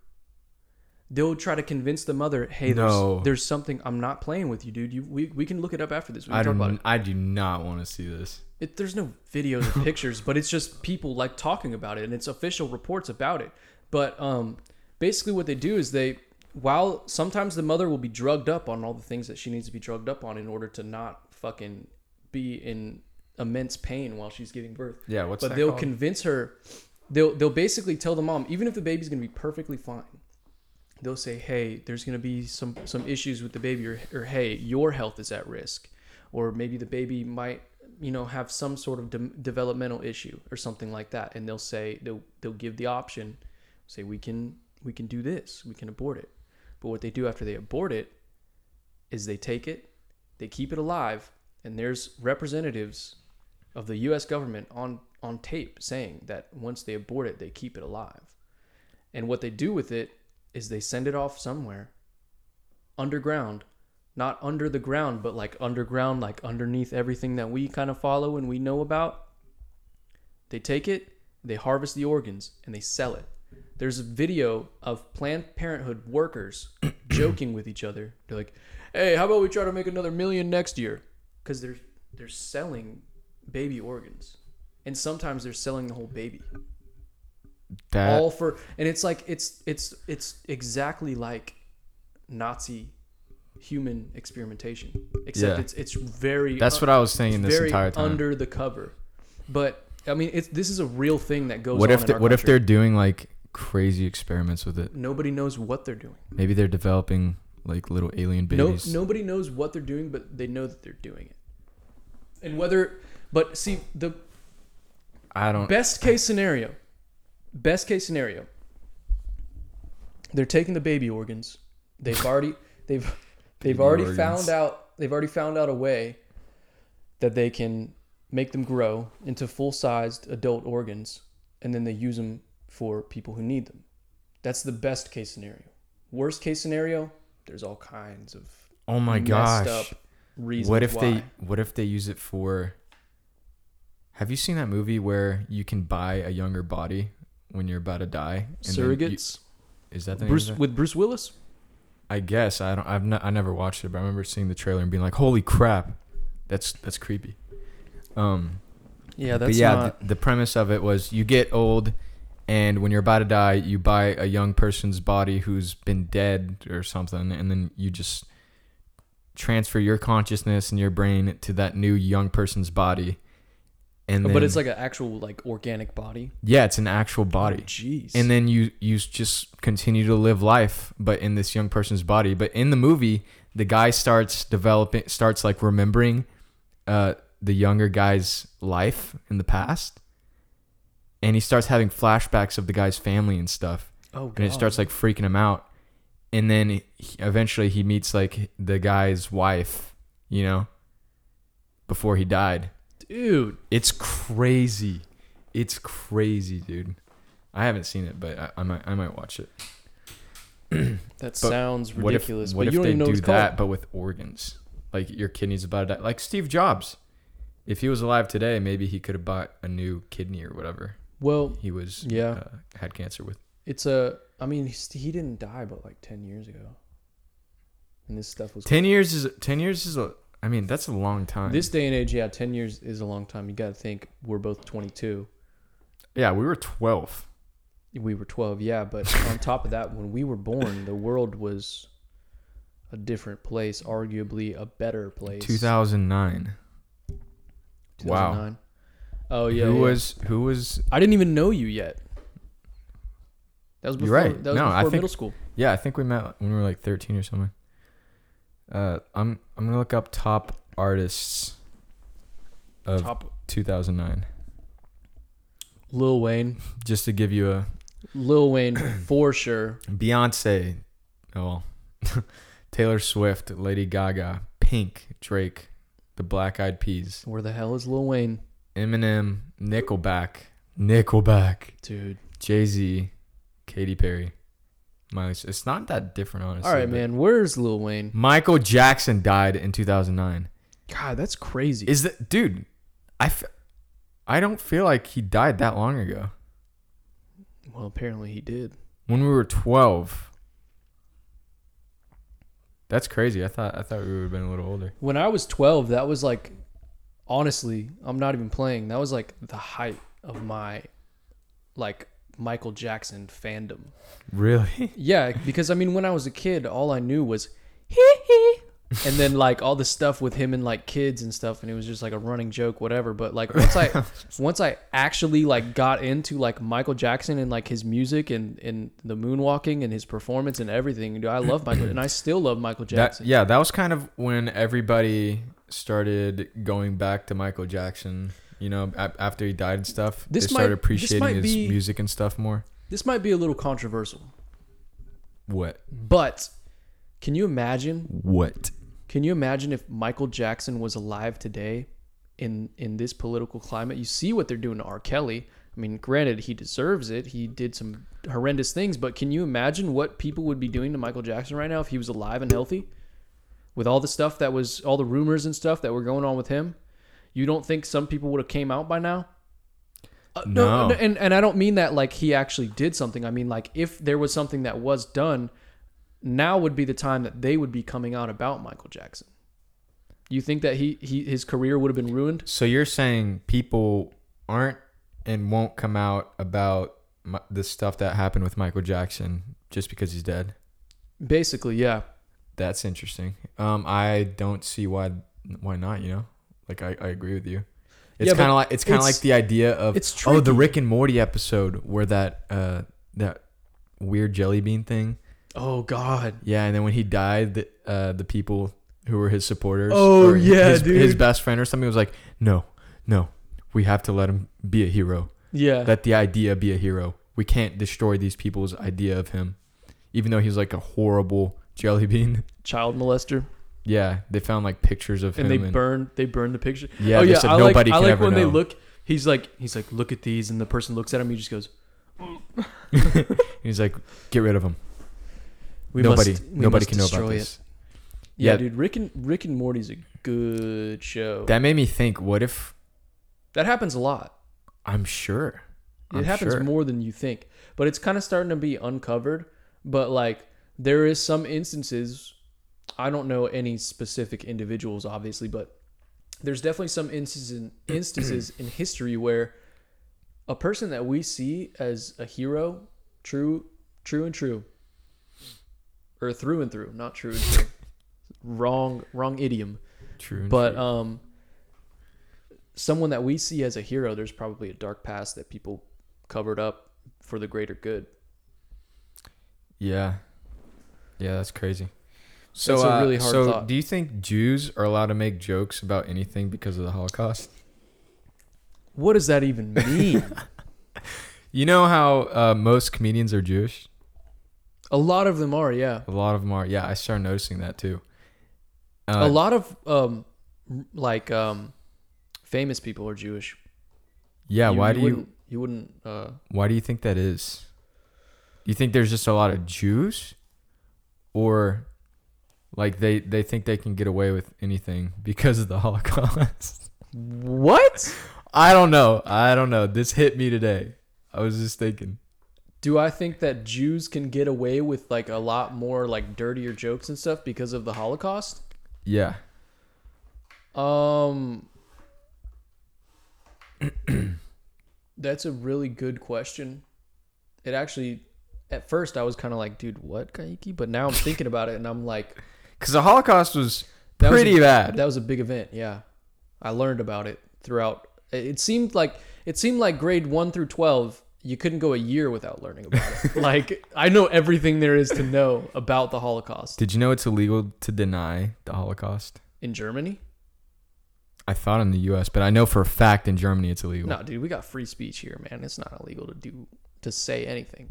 [SPEAKER 4] They'll try to convince the mother, hey, there's,
[SPEAKER 3] No.
[SPEAKER 4] there's something. I'm not playing with you, dude. You, we, we can look it up after this. We can
[SPEAKER 3] I
[SPEAKER 4] talk
[SPEAKER 3] don't.
[SPEAKER 4] about it.
[SPEAKER 3] I do not want to see this.
[SPEAKER 4] It, there's no videos or pictures, but it's just people like talking about it, and it's official reports about it. But um, basically, what they do is they, while sometimes the mother will be drugged up on all the things that she needs to be drugged up on in order to not fucking be in immense pain while she's giving birth.
[SPEAKER 3] Yeah, what's
[SPEAKER 4] but
[SPEAKER 3] that
[SPEAKER 4] they'll
[SPEAKER 3] called?
[SPEAKER 4] convince her. They'll they'll basically tell the mom, even if the baby's gonna be perfectly fine, they'll say, "Hey, there's going to be some some issues with the baby," or, or "Hey, your health is at risk," or maybe the baby might, you know, have some sort of de- developmental issue or something like that. And they'll say they'll they'll give the option, say we can we can do this, we can abort it. But what they do after they abort it is they take it, they keep it alive, and there's representatives of the US government on on tape saying that once they abort it, they keep it alive. And what they do with it is they send it off somewhere underground, not under the ground, but like underground, like underneath everything that we kind of follow and we know about. They take it, they harvest the organs, and they sell it. There's a video of Planned Parenthood workers joking with each other. They're like, "Hey, how about we try to make another million next year?" Because they're they're selling baby organs, and sometimes they're selling the whole baby
[SPEAKER 3] That
[SPEAKER 4] all for and it's like it's it's it's exactly like nazi human experimentation except
[SPEAKER 3] Yeah.
[SPEAKER 4] it's it's very
[SPEAKER 3] that's what I was saying this
[SPEAKER 4] very
[SPEAKER 3] entire time.
[SPEAKER 4] under the cover but i mean it's this is a real thing that goes
[SPEAKER 3] what
[SPEAKER 4] on
[SPEAKER 3] if
[SPEAKER 4] in
[SPEAKER 3] they,
[SPEAKER 4] our
[SPEAKER 3] what if
[SPEAKER 4] country.
[SPEAKER 3] they're doing like crazy experiments with it?
[SPEAKER 4] nobody knows what they're doing
[SPEAKER 3] Maybe they're developing like little alien babies.
[SPEAKER 4] No, nobody knows what they're doing, but they know that they're doing it. And whether, but see, the
[SPEAKER 3] I don't.
[SPEAKER 4] best case scenario, best case scenario, they're taking the baby organs. They've already, they've, they've
[SPEAKER 3] Baby
[SPEAKER 4] already
[SPEAKER 3] organs.
[SPEAKER 4] found out, they've already found out a way that they can make them grow into full-sized adult organs, and then they use them for people who need them. That's the best case scenario. Worst case scenario, there's all kinds of
[SPEAKER 3] oh my
[SPEAKER 4] messed
[SPEAKER 3] gosh!
[SPEAKER 4] up reasons
[SPEAKER 3] What if
[SPEAKER 4] why.
[SPEAKER 3] they what if they use it for? Have you seen that movie where you can buy a younger body when you're about to die? and then you-
[SPEAKER 4] surrogates
[SPEAKER 3] is that the name
[SPEAKER 4] Bruce
[SPEAKER 3] of it?
[SPEAKER 4] with Bruce Willis?
[SPEAKER 3] I guess I don't. I've not, I never watched it, but I remember seeing the trailer and being like, "Holy crap, that's that's creepy." Um,
[SPEAKER 4] Yeah,
[SPEAKER 3] but yeah, the, the premise of it was you get old, and when you're about to die, you buy a young person's body who's been dead or something, and then you just transfer your consciousness and your brain to that new young person's body. And
[SPEAKER 4] but
[SPEAKER 3] then-
[SPEAKER 4] it's like an actual like organic body. Oh,
[SPEAKER 3] yeah, it's an actual body.
[SPEAKER 4] Jeez.
[SPEAKER 3] and then you you s- just continue to live life but in this young person's body but in the movie the guy starts developing starts like remembering uh the younger guy's life in the past and he starts having flashbacks of the guy's family and stuff
[SPEAKER 4] oh,
[SPEAKER 3] and it starts like freaking him out and then he, eventually he meets like the guy's wife you know before he died
[SPEAKER 4] dude.
[SPEAKER 3] it's crazy. It's crazy, dude. I haven't seen it, but I, I might I might watch it.
[SPEAKER 4] That
[SPEAKER 3] But
[SPEAKER 4] sounds
[SPEAKER 3] What if
[SPEAKER 4] ridiculous.
[SPEAKER 3] what
[SPEAKER 4] but
[SPEAKER 3] if
[SPEAKER 4] you don't
[SPEAKER 3] they
[SPEAKER 4] even know
[SPEAKER 3] do
[SPEAKER 4] what it's
[SPEAKER 3] that
[SPEAKER 4] called.
[SPEAKER 3] but with organs? Like your kidney's about to die. Like Steve Jobs. If he was alive today, maybe he could have bought a new kidney or whatever
[SPEAKER 4] Well,
[SPEAKER 3] he was
[SPEAKER 4] Yeah.
[SPEAKER 3] uh, had cancer with.
[SPEAKER 4] it's a. I mean, he's- he didn't die, but like ten years ago. And this stuff was
[SPEAKER 3] Ten years is ten years is a I mean that's a long time.
[SPEAKER 4] this day and age. Yeah, ten years is a long time. You got to think we're both twenty-two.
[SPEAKER 3] yeah, we were twelve.
[SPEAKER 4] We were twelve. Yeah, but on top of that, when we were born, the world was a different place, arguably a better place.
[SPEAKER 3] Two thousand nine. Wow.
[SPEAKER 4] 2009. Oh yeah.
[SPEAKER 3] who
[SPEAKER 4] yeah.
[SPEAKER 3] was who was
[SPEAKER 4] I didn't even know you yet. That was
[SPEAKER 3] You're
[SPEAKER 4] before,
[SPEAKER 3] right.
[SPEAKER 4] That was
[SPEAKER 3] No, I
[SPEAKER 4] before
[SPEAKER 3] think-
[SPEAKER 4] middle school.
[SPEAKER 3] Yeah, I think we met when we were like 13 or something. Uh, I'm I'm gonna look up top artists of
[SPEAKER 4] Top
[SPEAKER 3] 2009
[SPEAKER 4] Lil Wayne,
[SPEAKER 3] just to give you a
[SPEAKER 4] Lil Wayne for sure.
[SPEAKER 3] Beyonce, oh well, Taylor Swift, Lady Gaga, Pink, Drake, the Black Eyed Peas,
[SPEAKER 4] Where the hell is Lil Wayne,
[SPEAKER 3] Eminem, Nickelback, Nickelback,
[SPEAKER 4] dude?
[SPEAKER 3] Jay Z, Katy Perry, Miley. Cyrus. It's not that different, honestly.
[SPEAKER 4] All right,
[SPEAKER 3] but-
[SPEAKER 4] man. Where's Lil Wayne?
[SPEAKER 3] Michael Jackson died in 2009.
[SPEAKER 4] God, that's crazy.
[SPEAKER 3] Is that dude? I f- I don't feel like he died that long ago.
[SPEAKER 4] well, apparently he did.
[SPEAKER 3] When we were twelve. That's crazy. I thought I thought we would have been a little older.
[SPEAKER 4] When I was 12, that was like, honestly, I'm not even playing. That was like the height of my, like Michael Jackson fandom.
[SPEAKER 3] Really?
[SPEAKER 4] Yeah, because I mean, when I was a kid, all I knew was and then like all the stuff with him and like kids and stuff, and it was just like a running joke, whatever. But like once I once I actually like got into like Michael Jackson and like his music and and the moonwalking and his performance and everything, dude, I love Michael and I still love Michael
[SPEAKER 3] That,
[SPEAKER 4] Jackson.
[SPEAKER 3] yeah, that was kind of when everybody started going back to Michael Jackson. You know, a- after he died and stuff,
[SPEAKER 4] This
[SPEAKER 3] they started
[SPEAKER 4] might- this
[SPEAKER 3] appreciating
[SPEAKER 4] might
[SPEAKER 3] his
[SPEAKER 4] be-
[SPEAKER 3] music and stuff more.
[SPEAKER 4] This might be a little controversial,
[SPEAKER 3] What?
[SPEAKER 4] But can you imagine?
[SPEAKER 3] What?
[SPEAKER 4] Can you imagine if Michael Jackson was alive today in in this political climate? You see what they're doing to R. Kelly. I mean, granted, he deserves it. He did some horrendous things, but can you imagine what people would be doing to Michael Jackson right now if he was alive and healthy? With all the stuff that was all the rumors and stuff that were going on with him, you don't think some people would have came out by now? Uh,
[SPEAKER 3] No.
[SPEAKER 4] and and I don't mean that like he actually did something. I mean like if there was something that was done, now would be the time that they would be coming out about Michael Jackson. You think that he, he his career would have been ruined?
[SPEAKER 3] So you're saying people aren't and won't come out about mi- the stuff that happened with Michael Jackson just because he's dead?
[SPEAKER 4] Basically, yeah.
[SPEAKER 3] That's interesting. Um, I don't see why why not. You know, like I, I agree with you. It's
[SPEAKER 4] Yeah, but
[SPEAKER 3] kind of like it's kind of
[SPEAKER 4] it's-
[SPEAKER 3] like the idea of
[SPEAKER 4] it's
[SPEAKER 3] oh the
[SPEAKER 4] tricky.
[SPEAKER 3] Rick and Morty episode where that uh that weird jelly bean thing.
[SPEAKER 4] Oh God.
[SPEAKER 3] Yeah, and then when he died, the, uh, the people who were his supporters.
[SPEAKER 4] Oh,
[SPEAKER 3] or
[SPEAKER 4] yeah,
[SPEAKER 3] his, His
[SPEAKER 4] dude.
[SPEAKER 3] best friend or something was like, no, no, we have to let him be a hero.
[SPEAKER 4] Yeah.
[SPEAKER 3] Let the idea be a hero. We can't destroy these people's idea of him, even though he's like a horrible jelly bean.
[SPEAKER 4] Child molester.
[SPEAKER 3] Yeah, they found like pictures of
[SPEAKER 4] And
[SPEAKER 3] him.
[SPEAKER 4] they burned they burned the picture.
[SPEAKER 3] yeah,
[SPEAKER 4] oh
[SPEAKER 3] they
[SPEAKER 4] yeah.
[SPEAKER 3] said
[SPEAKER 4] I like,
[SPEAKER 3] nobody
[SPEAKER 4] I
[SPEAKER 3] can
[SPEAKER 4] like
[SPEAKER 3] ever
[SPEAKER 4] when
[SPEAKER 3] know.
[SPEAKER 4] they look he's like he's like, look at these and the person looks at him, he just goes,
[SPEAKER 3] And he's like, get rid of him.
[SPEAKER 4] We
[SPEAKER 3] nobody,
[SPEAKER 4] must, we
[SPEAKER 3] nobody
[SPEAKER 4] must
[SPEAKER 3] can know about
[SPEAKER 4] destroy it."
[SPEAKER 3] this.
[SPEAKER 4] Yeah,
[SPEAKER 3] Yeah.
[SPEAKER 4] dude, Rick and Rick and Morty's a good show. That,
[SPEAKER 3] That made me think. What if?
[SPEAKER 4] happens a lot.
[SPEAKER 3] I'm sure.
[SPEAKER 4] It
[SPEAKER 3] I'm
[SPEAKER 4] happens
[SPEAKER 3] sure.
[SPEAKER 4] more than you think. But it's kind of starting to be uncovered. But like there is some instances I don't know any specific individuals obviously, but there's definitely some instances instances in history where a person that we see as a hero, true true and true or through and through, not true and true. wrong wrong idiom.
[SPEAKER 3] True. and
[SPEAKER 4] But
[SPEAKER 3] true.
[SPEAKER 4] um, someone that we see as a hero, there's probably a dark past that people covered up for the greater good.
[SPEAKER 3] Yeah. Yeah, that's crazy. So,
[SPEAKER 4] That's a
[SPEAKER 3] uh,
[SPEAKER 4] really hard
[SPEAKER 3] so
[SPEAKER 4] thought.
[SPEAKER 3] do you think Jews are allowed to make jokes about anything because of the Holocaust?
[SPEAKER 4] What does that even mean?
[SPEAKER 3] You know how uh, most comedians are Jewish?
[SPEAKER 4] a lot of them are, yeah.
[SPEAKER 3] A lot of them are. Yeah, I started noticing that too. Uh,
[SPEAKER 4] a lot of um, like um, famous people are Jewish.
[SPEAKER 3] Yeah, why do you
[SPEAKER 4] wouldn't- you wouldn't? Uh,
[SPEAKER 3] why do you think that is? You think there's just a lot of Jews or like they they think they can get away with anything because of the Holocaust?
[SPEAKER 4] what?
[SPEAKER 3] I don't know. I don't know. This hit me today. I was just thinking.
[SPEAKER 4] Do I think that Jews can get away with like a lot more like dirtier jokes and stuff because of the Holocaust?
[SPEAKER 3] Yeah.
[SPEAKER 4] Um, that's a really good question. It actually, at first, I was kind of like, dude, what, Kaiki? But now I'm thinking about it, and I'm like,
[SPEAKER 3] Because the Holocaust was
[SPEAKER 4] That was
[SPEAKER 3] pretty
[SPEAKER 4] a-
[SPEAKER 3] bad.
[SPEAKER 4] that was a big event. Yeah, I learned about it throughout. It it seemed like it seemed like grade one through twelve. You couldn't go a year without learning about it. like I know everything there is to know about the Holocaust
[SPEAKER 3] Did you know it's illegal to deny the Holocaust?
[SPEAKER 4] in Germany.
[SPEAKER 3] I thought in the U.S., but I know for a fact in Germany it's illegal.
[SPEAKER 4] No, dude, we got free speech here, man. It's not illegal to do to say anything.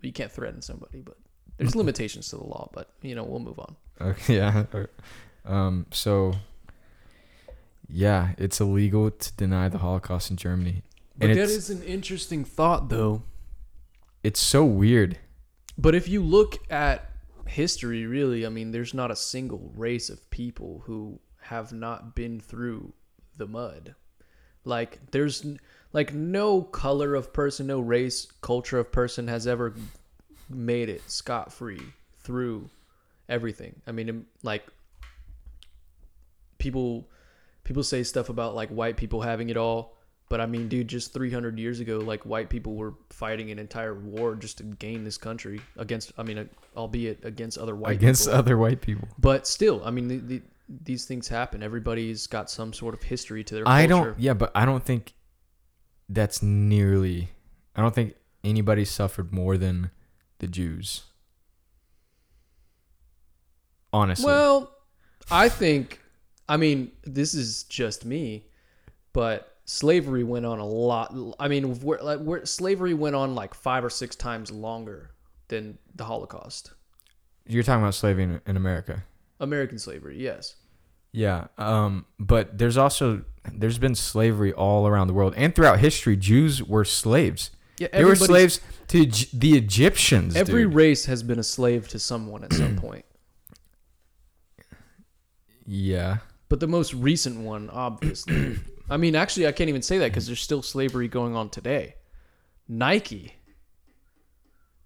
[SPEAKER 4] You can't threaten somebody, but there's limitations to the law. But you know, we'll move on.
[SPEAKER 3] Okay, yeah. Um. So. Yeah, it's illegal to deny the Holocaust in Germany,
[SPEAKER 4] But
[SPEAKER 3] and
[SPEAKER 4] that
[SPEAKER 3] it's
[SPEAKER 4] is an interesting thought, though.
[SPEAKER 3] it's so weird.
[SPEAKER 4] But if you look at history, really, I mean, there's not a single race of people who have not been through the mud. Like there's n- like no color of person, no race, culture of person has ever made it scot free through everything. I mean, like people people say stuff about like white people having it all, but I mean, dude, just 300 years ago, like white people were fighting an entire war just to gain this country against. I mean, uh, albeit against other white
[SPEAKER 3] against
[SPEAKER 4] people.
[SPEAKER 3] other white people.
[SPEAKER 4] But still, I mean, the, the, these things happen. Everybody's got some sort of history to their culture.
[SPEAKER 3] I don't. Yeah, but I don't think that's nearly. I don't think anybody suffered more than the Jews. Honestly,
[SPEAKER 4] Well, I think, I mean, this is just me, but slavery went on a lot. I mean, we're, like, we're, slavery went on like five or six times longer than the Holocaust.
[SPEAKER 3] You're talking about slavery in, in America.
[SPEAKER 4] American slavery, yes.
[SPEAKER 3] Yeah. Um, but there's also there's been slavery all around the world and throughout history. Jews were slaves.
[SPEAKER 4] Yeah,
[SPEAKER 3] They were
[SPEAKER 4] everybody's-
[SPEAKER 3] slaves to Eg- the Egyptians.
[SPEAKER 4] Every
[SPEAKER 3] dude.
[SPEAKER 4] race has been a slave to someone at some point.
[SPEAKER 3] yeah.
[SPEAKER 4] But the most recent one, obviously. I mean, actually, I can't even say that because there's still slavery going on today. Nike.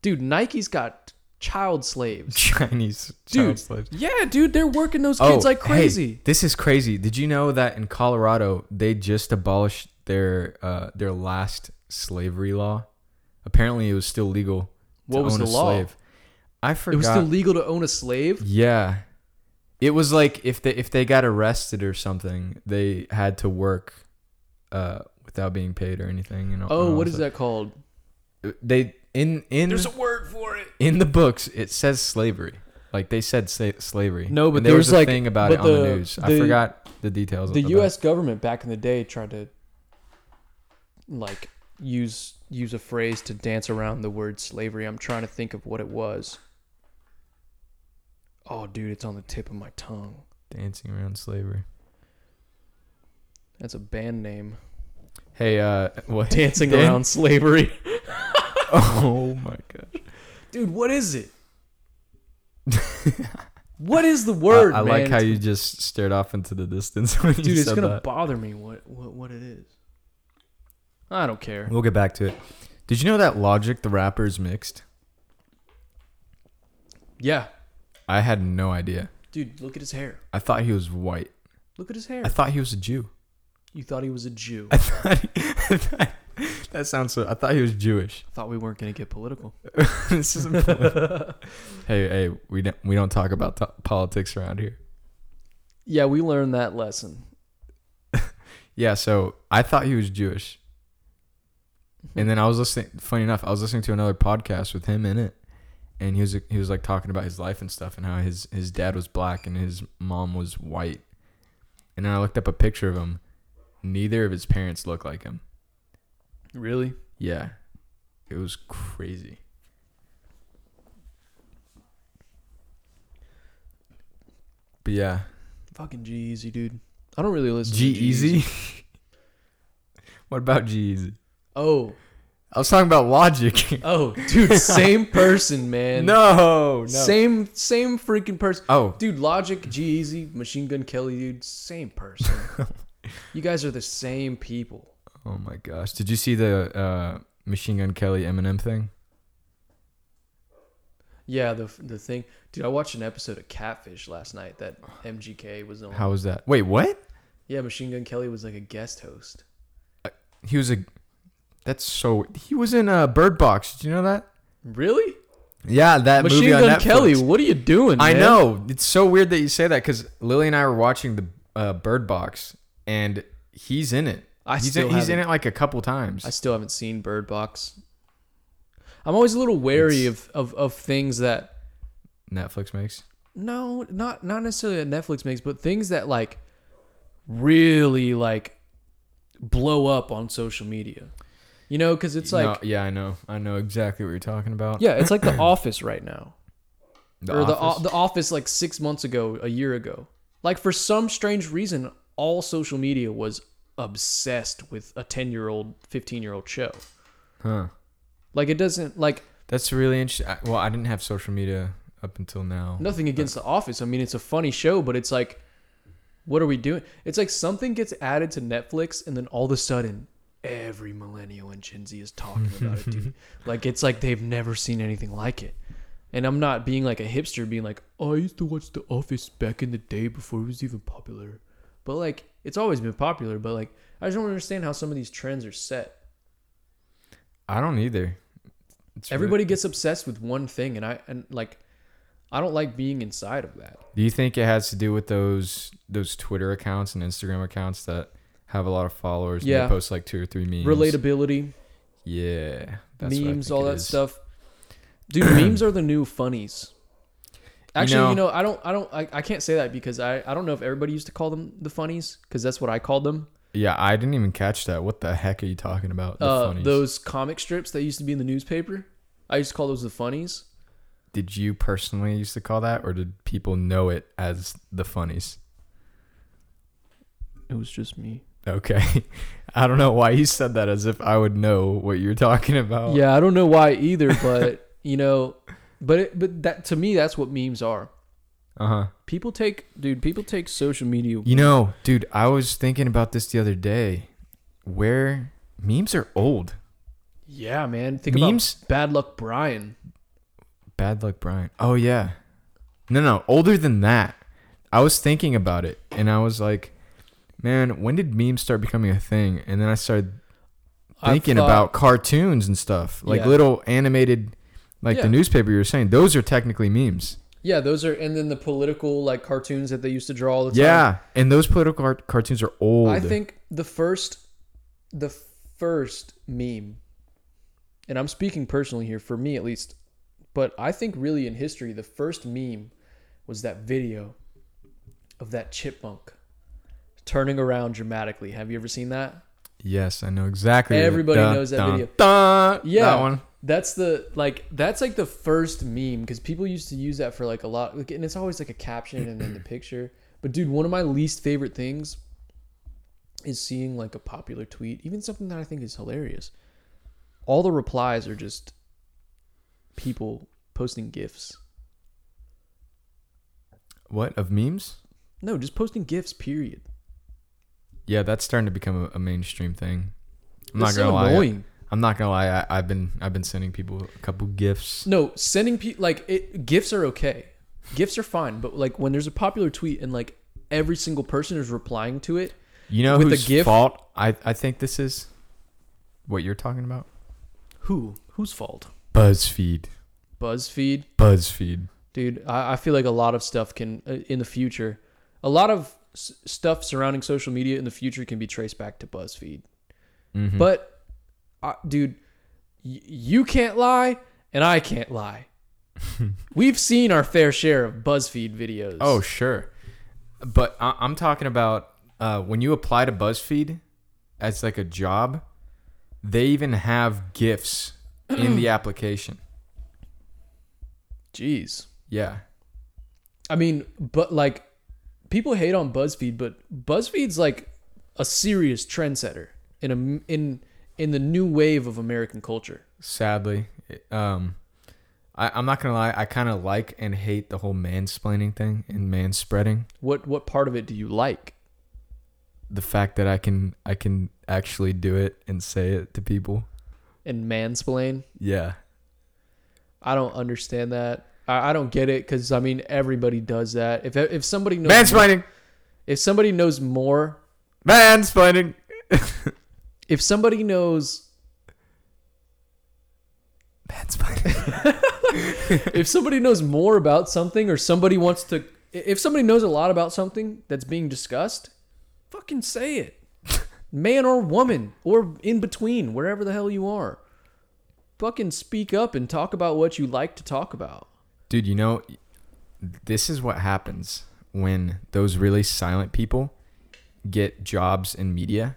[SPEAKER 4] Dude, Nike's got child slaves.
[SPEAKER 3] Chinese
[SPEAKER 4] Dude,
[SPEAKER 3] child slaves. Oh,
[SPEAKER 4] Yeah, dude, they're working those kids like
[SPEAKER 3] hey,
[SPEAKER 4] crazy.
[SPEAKER 3] this is crazy. Did you know that in Colorado they just abolished their uh, their last slavery law? Apparently, it was still legal. to
[SPEAKER 4] What was
[SPEAKER 3] own
[SPEAKER 4] the
[SPEAKER 3] a
[SPEAKER 4] law?
[SPEAKER 3] Slave. I forgot.
[SPEAKER 4] It was still legal to own a slave?
[SPEAKER 3] Yeah, it was like if they if they got arrested or something, they had to work uh, without being paid or anything. You know.
[SPEAKER 4] Oh,
[SPEAKER 3] and
[SPEAKER 4] what
[SPEAKER 3] all
[SPEAKER 4] is that called?
[SPEAKER 3] stuff. They in in
[SPEAKER 4] word for it.
[SPEAKER 3] in the books it says slavery. Like they said sa- slavery.
[SPEAKER 4] No, but
[SPEAKER 3] And
[SPEAKER 4] there
[SPEAKER 3] there was,
[SPEAKER 4] was,
[SPEAKER 3] a
[SPEAKER 4] like-
[SPEAKER 3] thing about
[SPEAKER 4] but
[SPEAKER 3] it on the,
[SPEAKER 4] the-
[SPEAKER 3] news.
[SPEAKER 4] the-
[SPEAKER 3] I forgot the details.
[SPEAKER 4] The
[SPEAKER 3] about it.
[SPEAKER 4] US government back in the day tried to like use use a phrase to dance around the word slavery. I'm trying to think of what it was. Oh, dude, it's on the tip of my tongue.
[SPEAKER 3] Dancing around slavery.
[SPEAKER 4] That's a band name.
[SPEAKER 3] Hey, uh, what?
[SPEAKER 4] Dancing
[SPEAKER 3] Dan-
[SPEAKER 4] around slavery.
[SPEAKER 3] Oh my gosh.
[SPEAKER 4] Dude, what is it? what is the word,
[SPEAKER 3] I, I
[SPEAKER 4] man?
[SPEAKER 3] like how you just stared off into the distance when you
[SPEAKER 4] Dude, it's
[SPEAKER 3] said
[SPEAKER 4] gonna
[SPEAKER 3] that.
[SPEAKER 4] bother me what, what what it is. I don't care.
[SPEAKER 3] We'll get back to it. Did you know that Logic the rapper is mixed?
[SPEAKER 4] Yeah.
[SPEAKER 3] I had no idea.
[SPEAKER 4] Dude, look at his hair.
[SPEAKER 3] I thought he was white.
[SPEAKER 4] Look at his hair.
[SPEAKER 3] I thought he was a Jew.
[SPEAKER 4] you thought he was a Jew.
[SPEAKER 3] I thought that sounds so. I thought he was Jewish.
[SPEAKER 4] thought we weren't going to get political.
[SPEAKER 3] this is hey hey we don't we don't talk about to politics around here.
[SPEAKER 4] Yeah, we learned that lesson.
[SPEAKER 3] Yeah, so I thought he was Jewish. And then I was listening funny enough, I was listening to another podcast with him in it. And he was he was like talking about his life and stuff and how his his dad was black and his mom was white. And then I looked up a picture of him. Neither of his parents look like him.
[SPEAKER 4] Really?
[SPEAKER 3] Yeah. It was crazy. But yeah.
[SPEAKER 4] Fucking G Easy, dude. I don't really listen
[SPEAKER 3] G
[SPEAKER 4] to G-Eazy.
[SPEAKER 3] Easy. what about G Easy?
[SPEAKER 4] Oh.
[SPEAKER 3] I was talking about logic.
[SPEAKER 4] Oh, dude, same person, man.
[SPEAKER 3] no, no.
[SPEAKER 4] Same same freaking person.
[SPEAKER 3] Oh,
[SPEAKER 4] Dude, Logic, G Easy, Machine Gun Kelly, dude, same person. you guys are the same people.
[SPEAKER 3] oh my gosh! Did you see the uh, Machine Gun Kelly Eminem thing?
[SPEAKER 4] Yeah, the the thing, dude. I watched an episode of Catfish last night that MGK was on.
[SPEAKER 3] How was that? Wait, what?
[SPEAKER 4] Yeah, Machine Gun Kelly was like a guest host.
[SPEAKER 3] He was a. That's so. He was in a Bird Box. Did you know that?
[SPEAKER 4] Really?
[SPEAKER 3] Yeah, that
[SPEAKER 4] Machine
[SPEAKER 3] movie on
[SPEAKER 4] Gun
[SPEAKER 3] Netflix.
[SPEAKER 4] Kelly, what are you doing?
[SPEAKER 3] I
[SPEAKER 4] man?
[SPEAKER 3] know. It's so weird that you say that because Lily and I were watching the uh, Bird Box, and he's in it.
[SPEAKER 4] I
[SPEAKER 3] he's
[SPEAKER 4] still
[SPEAKER 3] in, he's in
[SPEAKER 4] haven't-
[SPEAKER 3] it like a couple times.
[SPEAKER 4] I still haven't seen Bird Box. I'm always a little wary of, of of things that
[SPEAKER 3] Netflix makes.
[SPEAKER 4] no, not not necessarily that Netflix makes, but things that like really like blow up on social media. You know, because it's like
[SPEAKER 3] No, yeah, I know. I know exactly what you're talking about.
[SPEAKER 4] yeah, it's like The Office right now,
[SPEAKER 3] The
[SPEAKER 4] or
[SPEAKER 3] Office.
[SPEAKER 4] the The Office like six months ago, a year ago. Like for some strange reason, all social media was obsessed with a ten year old, fifteen year old show.
[SPEAKER 3] huh.
[SPEAKER 4] Like it doesn't like
[SPEAKER 3] That's really interesting. Well, I didn't have social media up until now.
[SPEAKER 4] nothing against the office i mean it's a funny show but it's like what are we doing it's like something gets added to netflix and then all of a sudden every millennial and gen z is talking about it dude like it's like they've never seen anything like it and i'm not being like a hipster being like oh, i used to watch the office back in the day before it was even popular but like it's always been popular but like i just don't understand how some of these trends are set
[SPEAKER 3] I don't either. It's really-
[SPEAKER 4] everybody gets obsessed with one thing and i and like i don't like being inside of that
[SPEAKER 3] do you think it has to do with those those Twitter accounts and Instagram accounts that have a lot of followers?
[SPEAKER 4] Yeah.
[SPEAKER 3] And they post like two or three memes.
[SPEAKER 4] relatability
[SPEAKER 3] Yeah. that's what I
[SPEAKER 4] memes,
[SPEAKER 3] think
[SPEAKER 4] all
[SPEAKER 3] it
[SPEAKER 4] that
[SPEAKER 3] is.
[SPEAKER 4] stuff. Dude, memes are the new funnies. Actually, you know,
[SPEAKER 3] know-
[SPEAKER 4] I don't, I don't, I, I can't say that because I, I don't know if everybody used to call them the funnies because that's what I called them.
[SPEAKER 3] Yeah, I didn't even catch that. What the heck are you talking about? The
[SPEAKER 4] uh,
[SPEAKER 3] funnies.
[SPEAKER 4] those comic strips that used to be in the newspaper, I used to call those the funnies.
[SPEAKER 3] did you personally used to call that, or did people know it as the funnies?
[SPEAKER 4] It was just me.
[SPEAKER 3] Okay, I don't know why you said that as if I would know what you're talking about.
[SPEAKER 4] Oh. Yeah, I don't know why either, but you know, but it, but that to me that's what memes are.
[SPEAKER 3] Uh huh.
[SPEAKER 4] People take dude, people take social media.
[SPEAKER 3] You know, dude, I was thinking about this the other day. Where memes are old.
[SPEAKER 4] Yeah, man. Think
[SPEAKER 3] Memes?
[SPEAKER 4] about Bad Luck Brian.
[SPEAKER 3] Bad luck, Brian. Oh yeah. No, no, older than that. I was thinking about it, and I was like, man, when did memes start becoming a thing? And then I started
[SPEAKER 4] I
[SPEAKER 3] thinking
[SPEAKER 4] thought-
[SPEAKER 3] about cartoons and stuff, like
[SPEAKER 4] Yeah.
[SPEAKER 3] little animated, like
[SPEAKER 4] Yeah.
[SPEAKER 3] the newspaper you were saying. Those are technically memes.
[SPEAKER 4] Yeah, those are and then the political like cartoons that they used to draw all the time.
[SPEAKER 3] Yeah, and those political art- cartoons are old.
[SPEAKER 4] I think the first, the first meme, and I'm speaking personally here for me at least, but I think really in history the first meme was that video of that chipmunk turning around dramatically. Have you ever seen that?
[SPEAKER 3] Yes, I know exactly. what-
[SPEAKER 4] Everybody knows that video.
[SPEAKER 3] dun,
[SPEAKER 4] Yeah,
[SPEAKER 3] that one.
[SPEAKER 4] That's the like that's like the first meme because people used to use that for like a lot, like, and it's always like a caption and then the picture. But dude, one of my least favorite things is seeing like a popular tweet, even something that I think is hilarious. All the replies are just people posting gifs.
[SPEAKER 3] What of memes?
[SPEAKER 4] No, just posting gifs. Period.
[SPEAKER 3] Yeah, that's starting to become a, a mainstream thing. I'm
[SPEAKER 4] That's
[SPEAKER 3] not
[SPEAKER 4] so
[SPEAKER 3] gonna lie.
[SPEAKER 4] annoying.
[SPEAKER 3] I'm not gonna lie. I, I've been I've been sending people a couple gifts.
[SPEAKER 4] No, sending people like it, gifts are okay. Gifts are fine, but like when there's a popular tweet and like every single person is replying to it,
[SPEAKER 3] You know
[SPEAKER 4] With a
[SPEAKER 3] whose
[SPEAKER 4] gif?
[SPEAKER 3] fault I I think this is. What you're talking about?
[SPEAKER 4] who? Whose fault?
[SPEAKER 3] BuzzFeed.
[SPEAKER 4] BuzzFeed,
[SPEAKER 3] BuzzFeed.
[SPEAKER 4] dude. I, I feel like a lot of stuff can uh, in the future, a lot of s- stuff surrounding social media in the future can be traced back to BuzzFeed.
[SPEAKER 3] Mhm.
[SPEAKER 4] But, uh, dude, y- you can't lie and I can't lie. We've seen our fair share of BuzzFeed videos.
[SPEAKER 3] Oh sure, but I, I'm talking about uh, when you apply to BuzzFeed as like a job, they even have gifts in the application.
[SPEAKER 4] jeez.
[SPEAKER 3] Yeah,
[SPEAKER 4] I mean, but like, people hate on BuzzFeed, but BuzzFeed's like a serious trendsetter in a m- in in the new wave of American culture.
[SPEAKER 3] sadly, it- um, I, I'm not gonna lie. I kind of like and hate the whole mansplaining thing and manspreading.
[SPEAKER 4] What what part of it do you like?
[SPEAKER 3] The fact that I can I can actually do it and say it to people.
[SPEAKER 4] and mansplain.
[SPEAKER 3] Yeah,
[SPEAKER 4] I don't understand that. I, I don't get it because I mean everybody does that. If if somebody knows
[SPEAKER 3] mansplaining,
[SPEAKER 4] if somebody knows more,
[SPEAKER 3] mansplaining.
[SPEAKER 4] if somebody knows
[SPEAKER 3] Mansplaining.
[SPEAKER 4] if somebody knows more about something or somebody wants to if somebody knows a lot about something that's being discussed, fucking say it. Man or woman or in between, wherever the hell you are. Fucking speak up and talk about what you like to talk about.
[SPEAKER 3] Dude, you know, this is what happens when those really silent people get jobs in media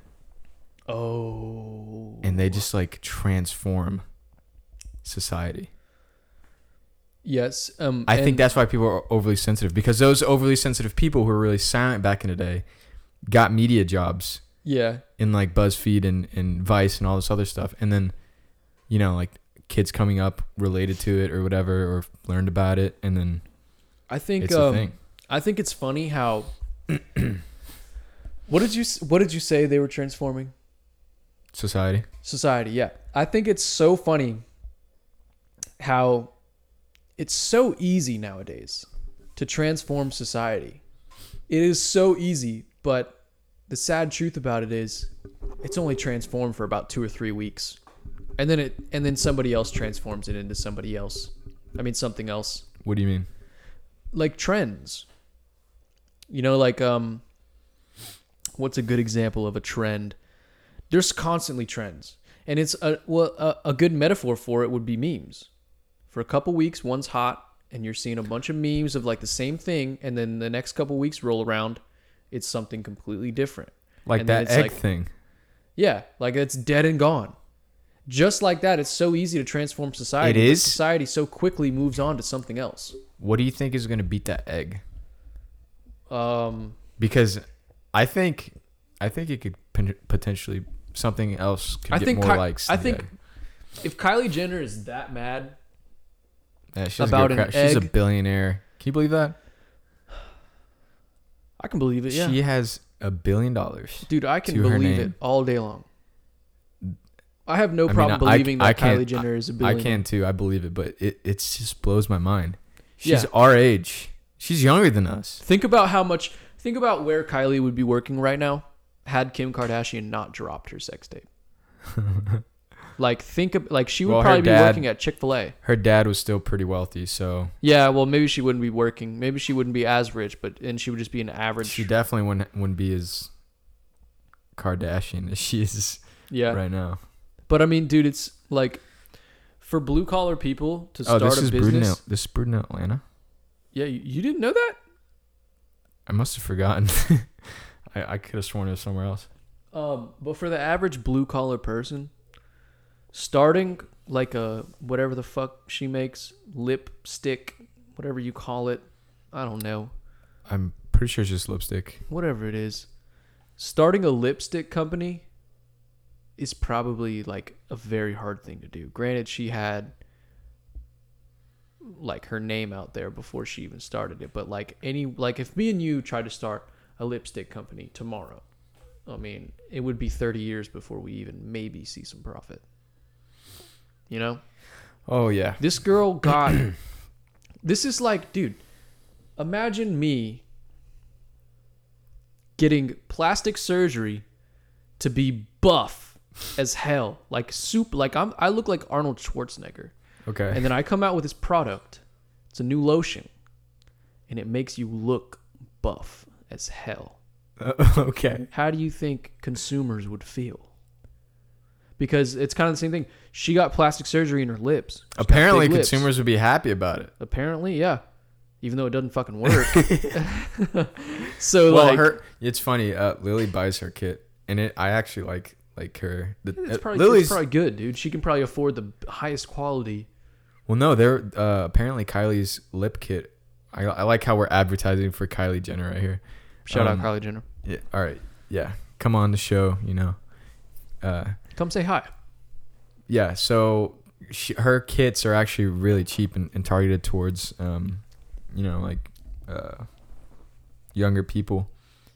[SPEAKER 4] Oh.
[SPEAKER 3] and they just like transform society.
[SPEAKER 4] Yes. Um
[SPEAKER 3] I think
[SPEAKER 4] and-
[SPEAKER 3] that's why people are overly sensitive because those overly sensitive people who were really silent back in the day got media jobs
[SPEAKER 4] yeah.
[SPEAKER 3] in like BuzzFeed and, and Vice and all this other stuff. And then, you know, like kids coming up related to it or whatever or learned about it. And then
[SPEAKER 4] I think
[SPEAKER 3] it's a
[SPEAKER 4] um,
[SPEAKER 3] thing.
[SPEAKER 4] I think it's funny how. what did you s- What did you say they were transforming
[SPEAKER 3] Society.
[SPEAKER 4] society? Yeah, I think it's so funny how it's so easy nowadays to transform society. It is so easy, but the sad truth about it is, it's only transformed for about two or three weeks, and then it and then somebody else transforms it into somebody else. I mean, something else.
[SPEAKER 3] What do you mean?
[SPEAKER 4] like trends. You know, like um what's a good example of a trend? There's constantly trends. And it's a well a, a good metaphor for it would be memes. For a couple weeks one's hot and you're seeing a bunch of memes of like the same thing and then the next couple weeks roll around it's something completely different.
[SPEAKER 3] Like
[SPEAKER 4] And then
[SPEAKER 3] that
[SPEAKER 4] it's
[SPEAKER 3] egg
[SPEAKER 4] like-
[SPEAKER 3] thing.
[SPEAKER 4] Yeah, like it's dead and gone. Just like that, it's so easy to transform society.
[SPEAKER 3] It
[SPEAKER 4] but
[SPEAKER 3] is.
[SPEAKER 4] Society so quickly moves on to something else.
[SPEAKER 3] What do you think is going to beat that egg?
[SPEAKER 4] Um,
[SPEAKER 3] Because I think I think it could pen- potentially something else could
[SPEAKER 4] I
[SPEAKER 3] get
[SPEAKER 4] think
[SPEAKER 3] more
[SPEAKER 4] Ky-
[SPEAKER 3] likes.
[SPEAKER 4] I
[SPEAKER 3] than the
[SPEAKER 4] think
[SPEAKER 3] egg.
[SPEAKER 4] if Kylie Jenner is that mad,
[SPEAKER 3] Yeah, she's
[SPEAKER 4] about
[SPEAKER 3] a
[SPEAKER 4] an
[SPEAKER 3] good cra- She's a
[SPEAKER 4] egg-
[SPEAKER 3] billionaire. Can you believe that?
[SPEAKER 4] I can believe it. Yeah,
[SPEAKER 3] She has a billion dollars.
[SPEAKER 4] dude, I can
[SPEAKER 3] to her
[SPEAKER 4] believe it
[SPEAKER 3] name.
[SPEAKER 4] all day long. I have no
[SPEAKER 3] I mean,
[SPEAKER 4] problem
[SPEAKER 3] I- I
[SPEAKER 4] believing that
[SPEAKER 3] can't-
[SPEAKER 4] Kylie Jenner is a
[SPEAKER 3] I
[SPEAKER 4] billionaire.
[SPEAKER 3] can too. I believe it, but it it just blows my mind. She's
[SPEAKER 4] Yeah.
[SPEAKER 3] our age. She's younger than us.
[SPEAKER 4] Think about how much. Think about where Kylie would be working right now had Kim Kardashian not dropped her sex tape. like think of like she would
[SPEAKER 3] Well, her
[SPEAKER 4] probably be
[SPEAKER 3] dad-
[SPEAKER 4] working at Chick Fil A.
[SPEAKER 3] Her dad was still pretty wealthy, so
[SPEAKER 4] Yeah, well, maybe she wouldn't be working. Maybe she wouldn't be as rich, but and she would just be an average.
[SPEAKER 3] she definitely wouldn't wouldn't be as Kardashian as she is
[SPEAKER 4] yeah,
[SPEAKER 3] right now.
[SPEAKER 4] but I mean, dude, it's like for blue collar people to
[SPEAKER 3] Oh,
[SPEAKER 4] start
[SPEAKER 3] this
[SPEAKER 4] a
[SPEAKER 3] is brewed in
[SPEAKER 4] business.
[SPEAKER 3] Al- this is brewed in Atlanta.
[SPEAKER 4] Yeah, you, you didn't know that?
[SPEAKER 3] I must have forgotten. I, I could have sworn it was somewhere else.
[SPEAKER 4] Um, but for the average blue collar person, starting like a whatever the fuck she makes, lipstick, whatever you call it, I don't know,
[SPEAKER 3] I'm pretty sure it's just lipstick.
[SPEAKER 4] whatever it is, starting a lipstick company is probably like a very hard thing to do. Granted, she had like her name out there before she even started it, but like any like if me and you tried to start a lipstick company tomorrow, I mean, it would be 30 years before we even maybe see some profit. You know?
[SPEAKER 3] Oh yeah.
[SPEAKER 4] This girl got. this is like, dude, imagine me getting plastic surgery to be buff as hell, like soup. Like I'm, I look like Arnold Schwarzenegger,
[SPEAKER 3] Okay.
[SPEAKER 4] and then I come out with this product. It's a new lotion, and it makes you look buff as hell
[SPEAKER 3] okay.
[SPEAKER 4] how do you think consumers would feel? Because it's kind of the same thing. She got plastic surgery in her lips. She's got
[SPEAKER 3] Apparently,
[SPEAKER 4] big lips.
[SPEAKER 3] consumers would be happy about it.
[SPEAKER 4] Apparently, yeah. Even though it doesn't fucking work. so
[SPEAKER 3] well,
[SPEAKER 4] like,
[SPEAKER 3] her. It's funny. Uh, Lily buys her kit, and it. I actually like like her. The,
[SPEAKER 4] it's
[SPEAKER 3] uh,
[SPEAKER 4] probably,
[SPEAKER 3] Lily's.
[SPEAKER 4] it's probably good, dude. She can probably afford the highest quality.
[SPEAKER 3] well, no, they're uh, apparently Kylie's lip kit. I, I like how we're advertising for Kylie Jenner right here.
[SPEAKER 4] Shout
[SPEAKER 3] Um,
[SPEAKER 4] out Kylie Jenner.
[SPEAKER 3] Yeah. All right. Yeah. Come on the show. You know. Uh,
[SPEAKER 4] Come say hi.
[SPEAKER 3] yeah. So she, her kits are actually really cheap and, and targeted towards, um, you know, like uh, younger people.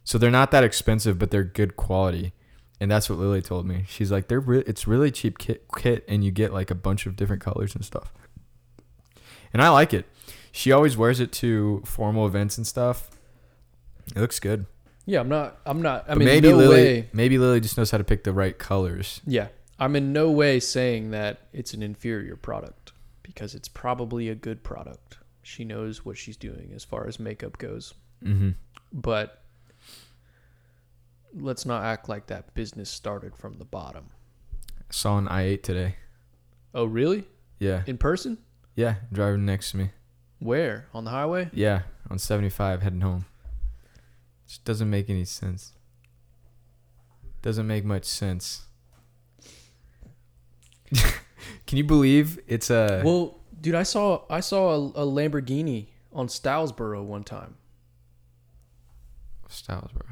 [SPEAKER 3] So they're not that expensive, but they're good quality. And that's what Lily told me. She's like, they're re- it's really cheap kit, kit, and you get like a bunch of different colors and stuff. And I like it. She always wears it to formal events and stuff. It looks good.
[SPEAKER 4] Yeah, I'm not. I'm not. I
[SPEAKER 3] But
[SPEAKER 4] mean,
[SPEAKER 3] maybe
[SPEAKER 4] no
[SPEAKER 3] Lily,
[SPEAKER 4] way.
[SPEAKER 3] maybe Lily just knows how to pick the right colors.
[SPEAKER 4] Yeah, I'm in no way saying that it's an inferior product because it's probably a good product. She knows what she's doing as far as makeup goes.
[SPEAKER 3] Mm-hmm.
[SPEAKER 4] but let's not act like that business started from the bottom.
[SPEAKER 3] Saw an I eight today.
[SPEAKER 4] Oh, really?
[SPEAKER 3] Yeah.
[SPEAKER 4] In person?
[SPEAKER 3] Yeah, driving next to me.
[SPEAKER 4] Where? On the highway?
[SPEAKER 3] Yeah, on 75 heading home. Just doesn't make any sense. Doesn't make much sense. Can you believe it's uh, a
[SPEAKER 4] Well, dude, I saw I saw a, a Lamborghini on Stylesboro one time,
[SPEAKER 3] Styles, bro?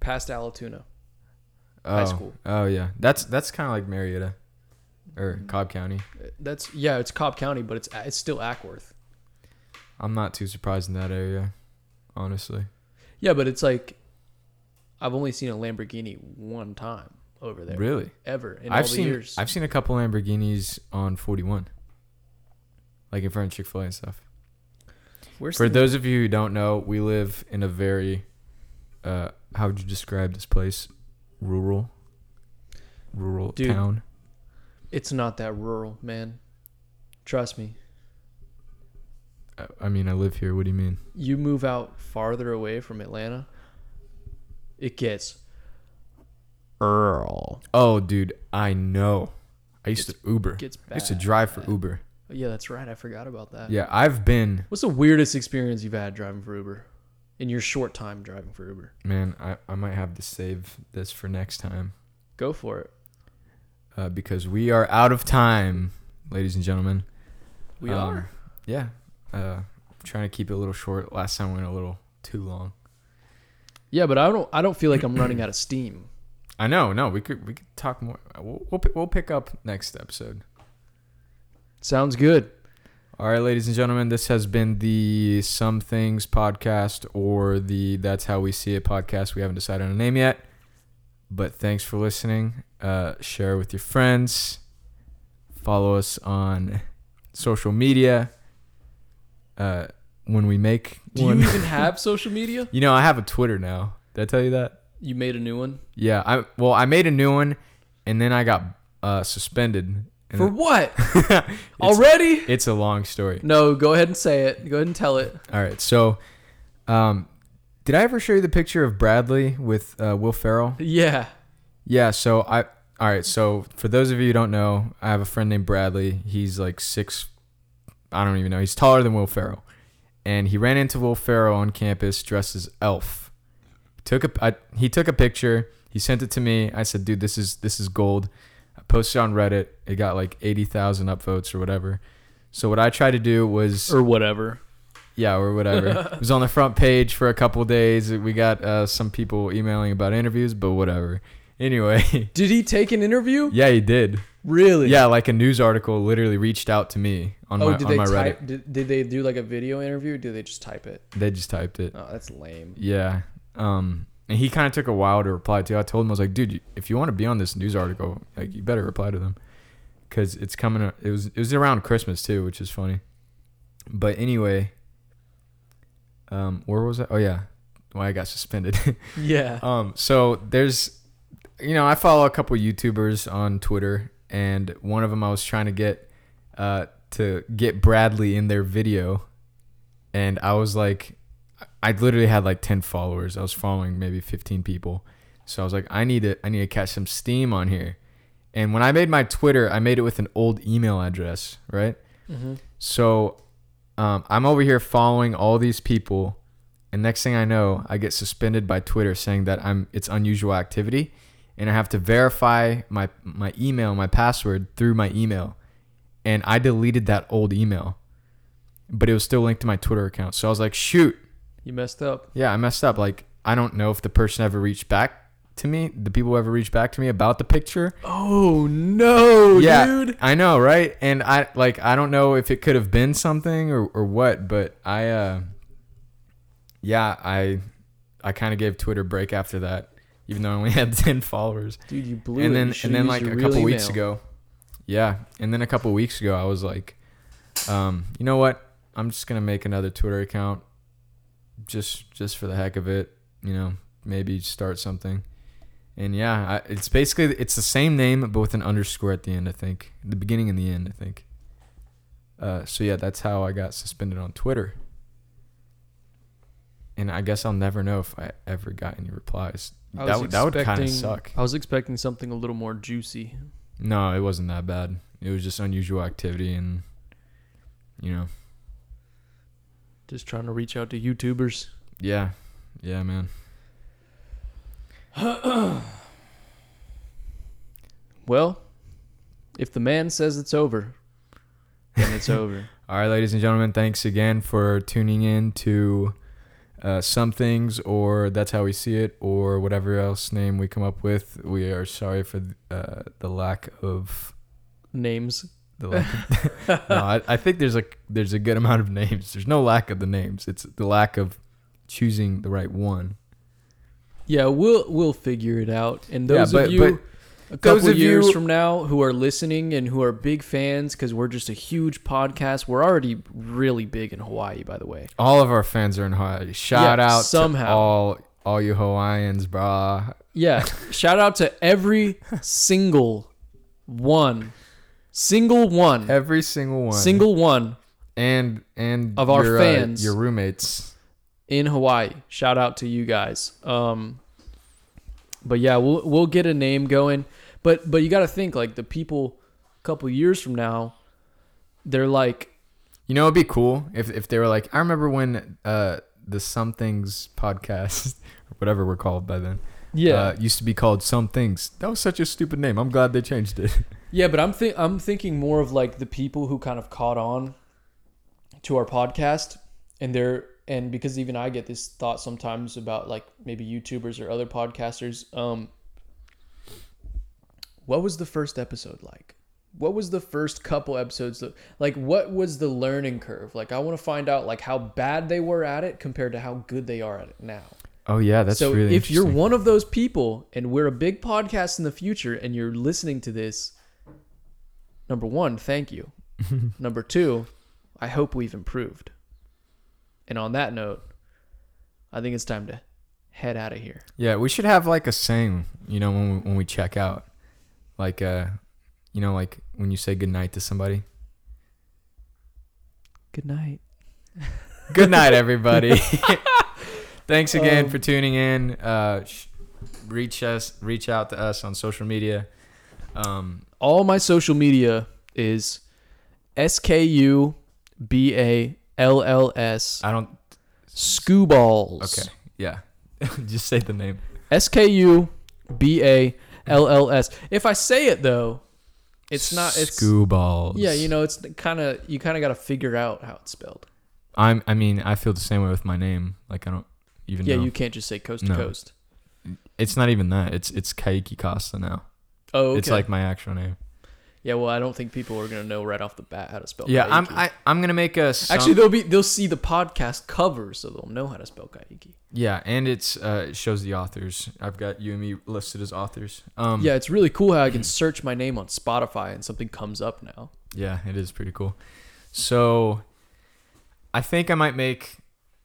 [SPEAKER 4] past Alatoona.
[SPEAKER 3] Oh,
[SPEAKER 4] school.
[SPEAKER 3] Oh yeah, that's that's kind of like Marietta
[SPEAKER 4] Mm-hmm.
[SPEAKER 3] or Cobb County.
[SPEAKER 4] That's yeah, it's Cobb County, but it's it's still Ackworth.
[SPEAKER 3] I'm not too surprised in that area, honestly.
[SPEAKER 4] Yeah, but it's like I've only seen a Lamborghini one time over there
[SPEAKER 3] Really,
[SPEAKER 4] ever in
[SPEAKER 3] I've
[SPEAKER 4] all the
[SPEAKER 3] seen
[SPEAKER 4] years.
[SPEAKER 3] I've seen a couple Lamborghinis on 41, like in front of Chick Fil A and stuff.
[SPEAKER 4] Where's
[SPEAKER 3] For
[SPEAKER 4] the-
[SPEAKER 3] those of you who don't know, we live in a very, uh, how would you describe this place? Rural, rural
[SPEAKER 4] Dude.
[SPEAKER 3] town.
[SPEAKER 4] it's not that rural, man. Trust me.
[SPEAKER 3] I, I mean, I live here. What do you mean?
[SPEAKER 4] you move out farther away from Atlanta, it gets Earl.
[SPEAKER 3] Oh, dude, I know. I used to Uber.
[SPEAKER 4] Gets
[SPEAKER 3] I used to
[SPEAKER 4] bad.
[SPEAKER 3] drive for Uber.
[SPEAKER 4] Yeah, that's right. I forgot about that.
[SPEAKER 3] Yeah, I've been.
[SPEAKER 4] What's the weirdest experience you've had driving for Uber in your short time driving for Uber?
[SPEAKER 3] Man, I, I might have to save this for next time.
[SPEAKER 4] Go for it.
[SPEAKER 3] uh, because we are out of time, ladies and gentlemen.
[SPEAKER 4] We
[SPEAKER 3] Um,
[SPEAKER 4] are.
[SPEAKER 3] Yeah. Uh, trying to keep it a little short. Last time went a little too long.
[SPEAKER 4] Yeah, but I don't. I don't feel like I'm running out of steam.
[SPEAKER 3] I know. No, we could we could talk more. We'll we'll, pi- we'll pick up next episode.
[SPEAKER 4] Sounds good.
[SPEAKER 3] All right, ladies and gentlemen, this has been the Some Things podcast or the That's How We See It podcast. We haven't decided on a name yet, but thanks for listening. Uh, share with your friends. Follow us on social media. Uh, when we make
[SPEAKER 4] Do you
[SPEAKER 3] one,
[SPEAKER 4] even have social media?
[SPEAKER 3] you know, I have a Twitter now. Did I tell you that?
[SPEAKER 4] You made a new one
[SPEAKER 3] Yeah, I well, I made a new one, and then I got uh, suspended. And
[SPEAKER 4] for what?
[SPEAKER 3] it's,
[SPEAKER 4] Already?
[SPEAKER 3] it's a long story.
[SPEAKER 4] No. Go ahead and say it. Go ahead and tell it.
[SPEAKER 3] All right, so, um, did I ever show you the picture of Bradley with uh, Will Ferrell?
[SPEAKER 4] Yeah.
[SPEAKER 3] Yeah. So I. All right. So for those of you who don't know, I have a friend named Bradley. He's like six. I don't even know. He's taller than Will Ferrell, and he ran into Will Ferrell on campus dressed as Elf. Took a. I, he took a picture. He sent it to me. I said, "Dude, this is this is gold." I posted it on Reddit. It got like eighty thousand upvotes or whatever. So what I tried to do was
[SPEAKER 4] Or whatever.
[SPEAKER 3] yeah, or whatever. it was on the front page for a couple days. We got uh, some people emailing about interviews, but whatever. Anyway,
[SPEAKER 4] Did he take an interview?
[SPEAKER 3] yeah, he did.
[SPEAKER 4] Really?
[SPEAKER 3] Yeah, like a news article literally reached out to me on
[SPEAKER 4] Oh,
[SPEAKER 3] my
[SPEAKER 4] did
[SPEAKER 3] on
[SPEAKER 4] they
[SPEAKER 3] my
[SPEAKER 4] type? Did, did they do like a video interview? Or did they just type it?
[SPEAKER 3] Reddit. They just typed it.
[SPEAKER 4] Oh, that's lame.
[SPEAKER 3] Yeah. Um, and he kind of took a while to reply to. I told him I was like, dude, you- if you want to be on this news article, like you better reply to them, because it's coming. It was it was around Christmas too, which is funny. But anyway, um, where was I? Oh yeah, why I got suspended.
[SPEAKER 4] Yeah.
[SPEAKER 3] Um, so there's, you know, I follow a couple YouTubers on Twitter, and one of them I was trying to get, uh, to get Bradley in their video, and I was like, I literally had like ten followers. I was following maybe fifteen people, so I was like, I need to, I need to catch some steam on here. And when I made my Twitter, I made it with an old email address, right?
[SPEAKER 4] Mhm.
[SPEAKER 3] So um, I'm over here following all these people, and next thing I know, I get suspended by Twitter saying that I'm it's unusual activity, and I have to verify my my email, my password through my email, and I deleted that old email, but it was still linked to my Twitter account. So I was like, shoot,
[SPEAKER 4] You messed up.
[SPEAKER 3] yeah, I messed up. Like I don't know if the person ever reached back to me, the people who ever reached back to me about the picture,
[SPEAKER 4] Oh no,
[SPEAKER 3] yeah,
[SPEAKER 4] dude.
[SPEAKER 3] I know, right? And I like I don't know if it could have been something or, or what, but I uh yeah, I I kind of gave Twitter a break after that, even though I only had 10 followers.
[SPEAKER 4] Dude, you blew
[SPEAKER 3] and
[SPEAKER 4] it. You
[SPEAKER 3] then and
[SPEAKER 4] should've
[SPEAKER 3] then
[SPEAKER 4] used
[SPEAKER 3] like
[SPEAKER 4] your
[SPEAKER 3] a
[SPEAKER 4] real
[SPEAKER 3] couple weeks
[SPEAKER 4] email.
[SPEAKER 3] ago. Yeah, and then a couple weeks ago I was like um you know what? I'm just going to make another Twitter account just just for the heck of it, you know, maybe start something. And yeah, I, it's basically it's the same name but with an underscore at the end. I think the beginning and the end. I think. Uh, so yeah, that's how I got suspended on Twitter. And I guess I'll never know if I ever got any replies.
[SPEAKER 4] I
[SPEAKER 3] That
[SPEAKER 4] was
[SPEAKER 3] would that would kind
[SPEAKER 4] expecting-
[SPEAKER 3] of suck.
[SPEAKER 4] I was expecting something a little more juicy.
[SPEAKER 3] No, it wasn't that bad. It was just unusual activity, and you know,
[SPEAKER 4] Just trying to reach out to YouTubers.
[SPEAKER 3] yeah, yeah, man.
[SPEAKER 4] Well, if the man says it's over, then it's over.
[SPEAKER 3] All right, ladies and gentlemen, thanks again for tuning in to uh, some things, or that's how we see it, or whatever else name we come up with. We are sorry for uh, the lack of
[SPEAKER 4] Names.
[SPEAKER 3] the lack. Of, no, I, I think there's a there's a good amount of names. There's no lack of the names. It's the lack of choosing the right one.
[SPEAKER 4] Yeah, we'll we'll figure it out. And
[SPEAKER 3] Yeah,
[SPEAKER 4] those
[SPEAKER 3] but-
[SPEAKER 4] of you,
[SPEAKER 3] but
[SPEAKER 4] a
[SPEAKER 3] those
[SPEAKER 4] couple
[SPEAKER 3] of
[SPEAKER 4] years
[SPEAKER 3] you-
[SPEAKER 4] from now, who are listening and who are big fans, because we're just a huge podcast. We're already really big in Hawaii, by the way.
[SPEAKER 3] All of our fans are in Hawaii. Shout
[SPEAKER 4] Yeah,
[SPEAKER 3] out
[SPEAKER 4] somehow.
[SPEAKER 3] to all all you Hawaiians, brah.
[SPEAKER 4] Yeah, shout out to every single one, single one,
[SPEAKER 3] Every single one.
[SPEAKER 4] single one
[SPEAKER 3] and and
[SPEAKER 4] of our
[SPEAKER 3] your, uh,
[SPEAKER 4] fans.
[SPEAKER 3] your roommates.
[SPEAKER 4] in Hawaii. Shout out to you guys. Um, but yeah, we'll we'll get a name going. But but you got to think like the people a couple years from now, they're like,
[SPEAKER 3] You know, it'd be cool if, if they were like, I remember when uh, the Somethings podcast, or whatever we're called by then,
[SPEAKER 4] Yeah.
[SPEAKER 3] uh, used to be called Some Things. That was such a stupid name. I'm glad they changed it.
[SPEAKER 4] Yeah, but I'm think I'm thinking more of like the people who kind of caught on to our podcast and they're and because even I get this thought sometimes about like maybe YouTubers or other podcasters um what was the first episode like? What was the first couple episodes that, like what was the learning curve? Like I want to find out like how bad they were at it compared to how good they are at it now
[SPEAKER 3] Oh yeah, that's
[SPEAKER 4] so
[SPEAKER 3] really.
[SPEAKER 4] if you're
[SPEAKER 3] interesting.
[SPEAKER 4] one of those people and we're a big podcast in the future and you're listening to this number one thank you number two i hope we've improved and on that note i think it's time to head out of here
[SPEAKER 3] yeah, we should have like a saying. You know, when we, when we check out, like uh, you know, like when you say goodnight to somebody.
[SPEAKER 4] good night
[SPEAKER 3] good night everybody thanks again
[SPEAKER 4] Um,
[SPEAKER 3] for tuning in uh sh- reach us reach out to us on social media um
[SPEAKER 4] all my social media is s-k-u-b-a-l-l-s
[SPEAKER 3] i don't
[SPEAKER 4] scooballs
[SPEAKER 3] okay yeah just say the name
[SPEAKER 4] S K U B A L L S. If I say it though, it's not. It's
[SPEAKER 3] scooballs
[SPEAKER 4] yeah, you know, it's kind of you kind of got to figure out how it's spelled.
[SPEAKER 3] i'm i mean i feel the same way with my name like i don't even
[SPEAKER 4] Yeah,
[SPEAKER 3] know
[SPEAKER 4] you can't just say coast
[SPEAKER 3] No.
[SPEAKER 4] to coast.
[SPEAKER 3] it's not even that it's it's kaiki costa now
[SPEAKER 4] Oh, okay.
[SPEAKER 3] it's like my actual name
[SPEAKER 4] yeah. Well, I don't think people are gonna know right off the bat how to spell.
[SPEAKER 3] yeah i'm
[SPEAKER 4] Oh, Kaiki.
[SPEAKER 3] I, i'm gonna make a some-
[SPEAKER 4] actually they'll be they'll see the podcast cover, so they'll know how to spell Kaiki.
[SPEAKER 3] yeah and it's uh it shows the authors i've got you and me listed as authors um
[SPEAKER 4] yeah, it's really cool how I can search my name on Spotify and something comes up now.
[SPEAKER 3] Yeah, it is pretty cool. So, I think I might make.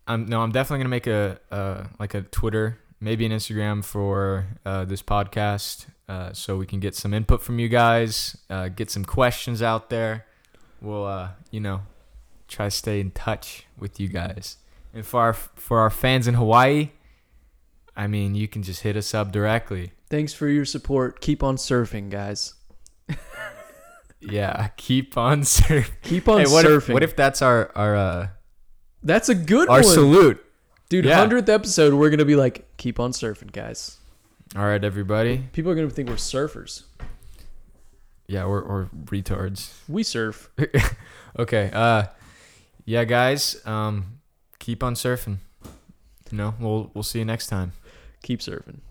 [SPEAKER 3] Um, no, I'm definitely gonna make a uh, like a Twitter, maybe an Instagram for uh, this podcast, uh, so we can get some input from you guys, uh, get some questions out there. We'll, uh, you know, try to stay in touch with you guys. And for our for our fans in Hawaii, I mean, you can just hit us up directly.
[SPEAKER 4] Thanks for your support. Keep on surfing, guys.
[SPEAKER 3] Yeah, keep on surfing.
[SPEAKER 4] Keep on
[SPEAKER 3] Hey, what
[SPEAKER 4] surfing.
[SPEAKER 3] if what if that's our our uh,
[SPEAKER 4] that's a good
[SPEAKER 3] our
[SPEAKER 4] one?
[SPEAKER 3] salute?
[SPEAKER 4] Dude,
[SPEAKER 3] Yeah.
[SPEAKER 4] hundredth episode, we're gonna be like, keep on surfing, guys.
[SPEAKER 3] All right, everybody.
[SPEAKER 4] People are gonna think we're surfers.
[SPEAKER 3] Yeah, we're, we're retards.
[SPEAKER 4] We surf.
[SPEAKER 3] Okay. Uh, yeah, guys. Um, keep on surfing. You know, we'll we'll see you next time.
[SPEAKER 4] Keep surfing.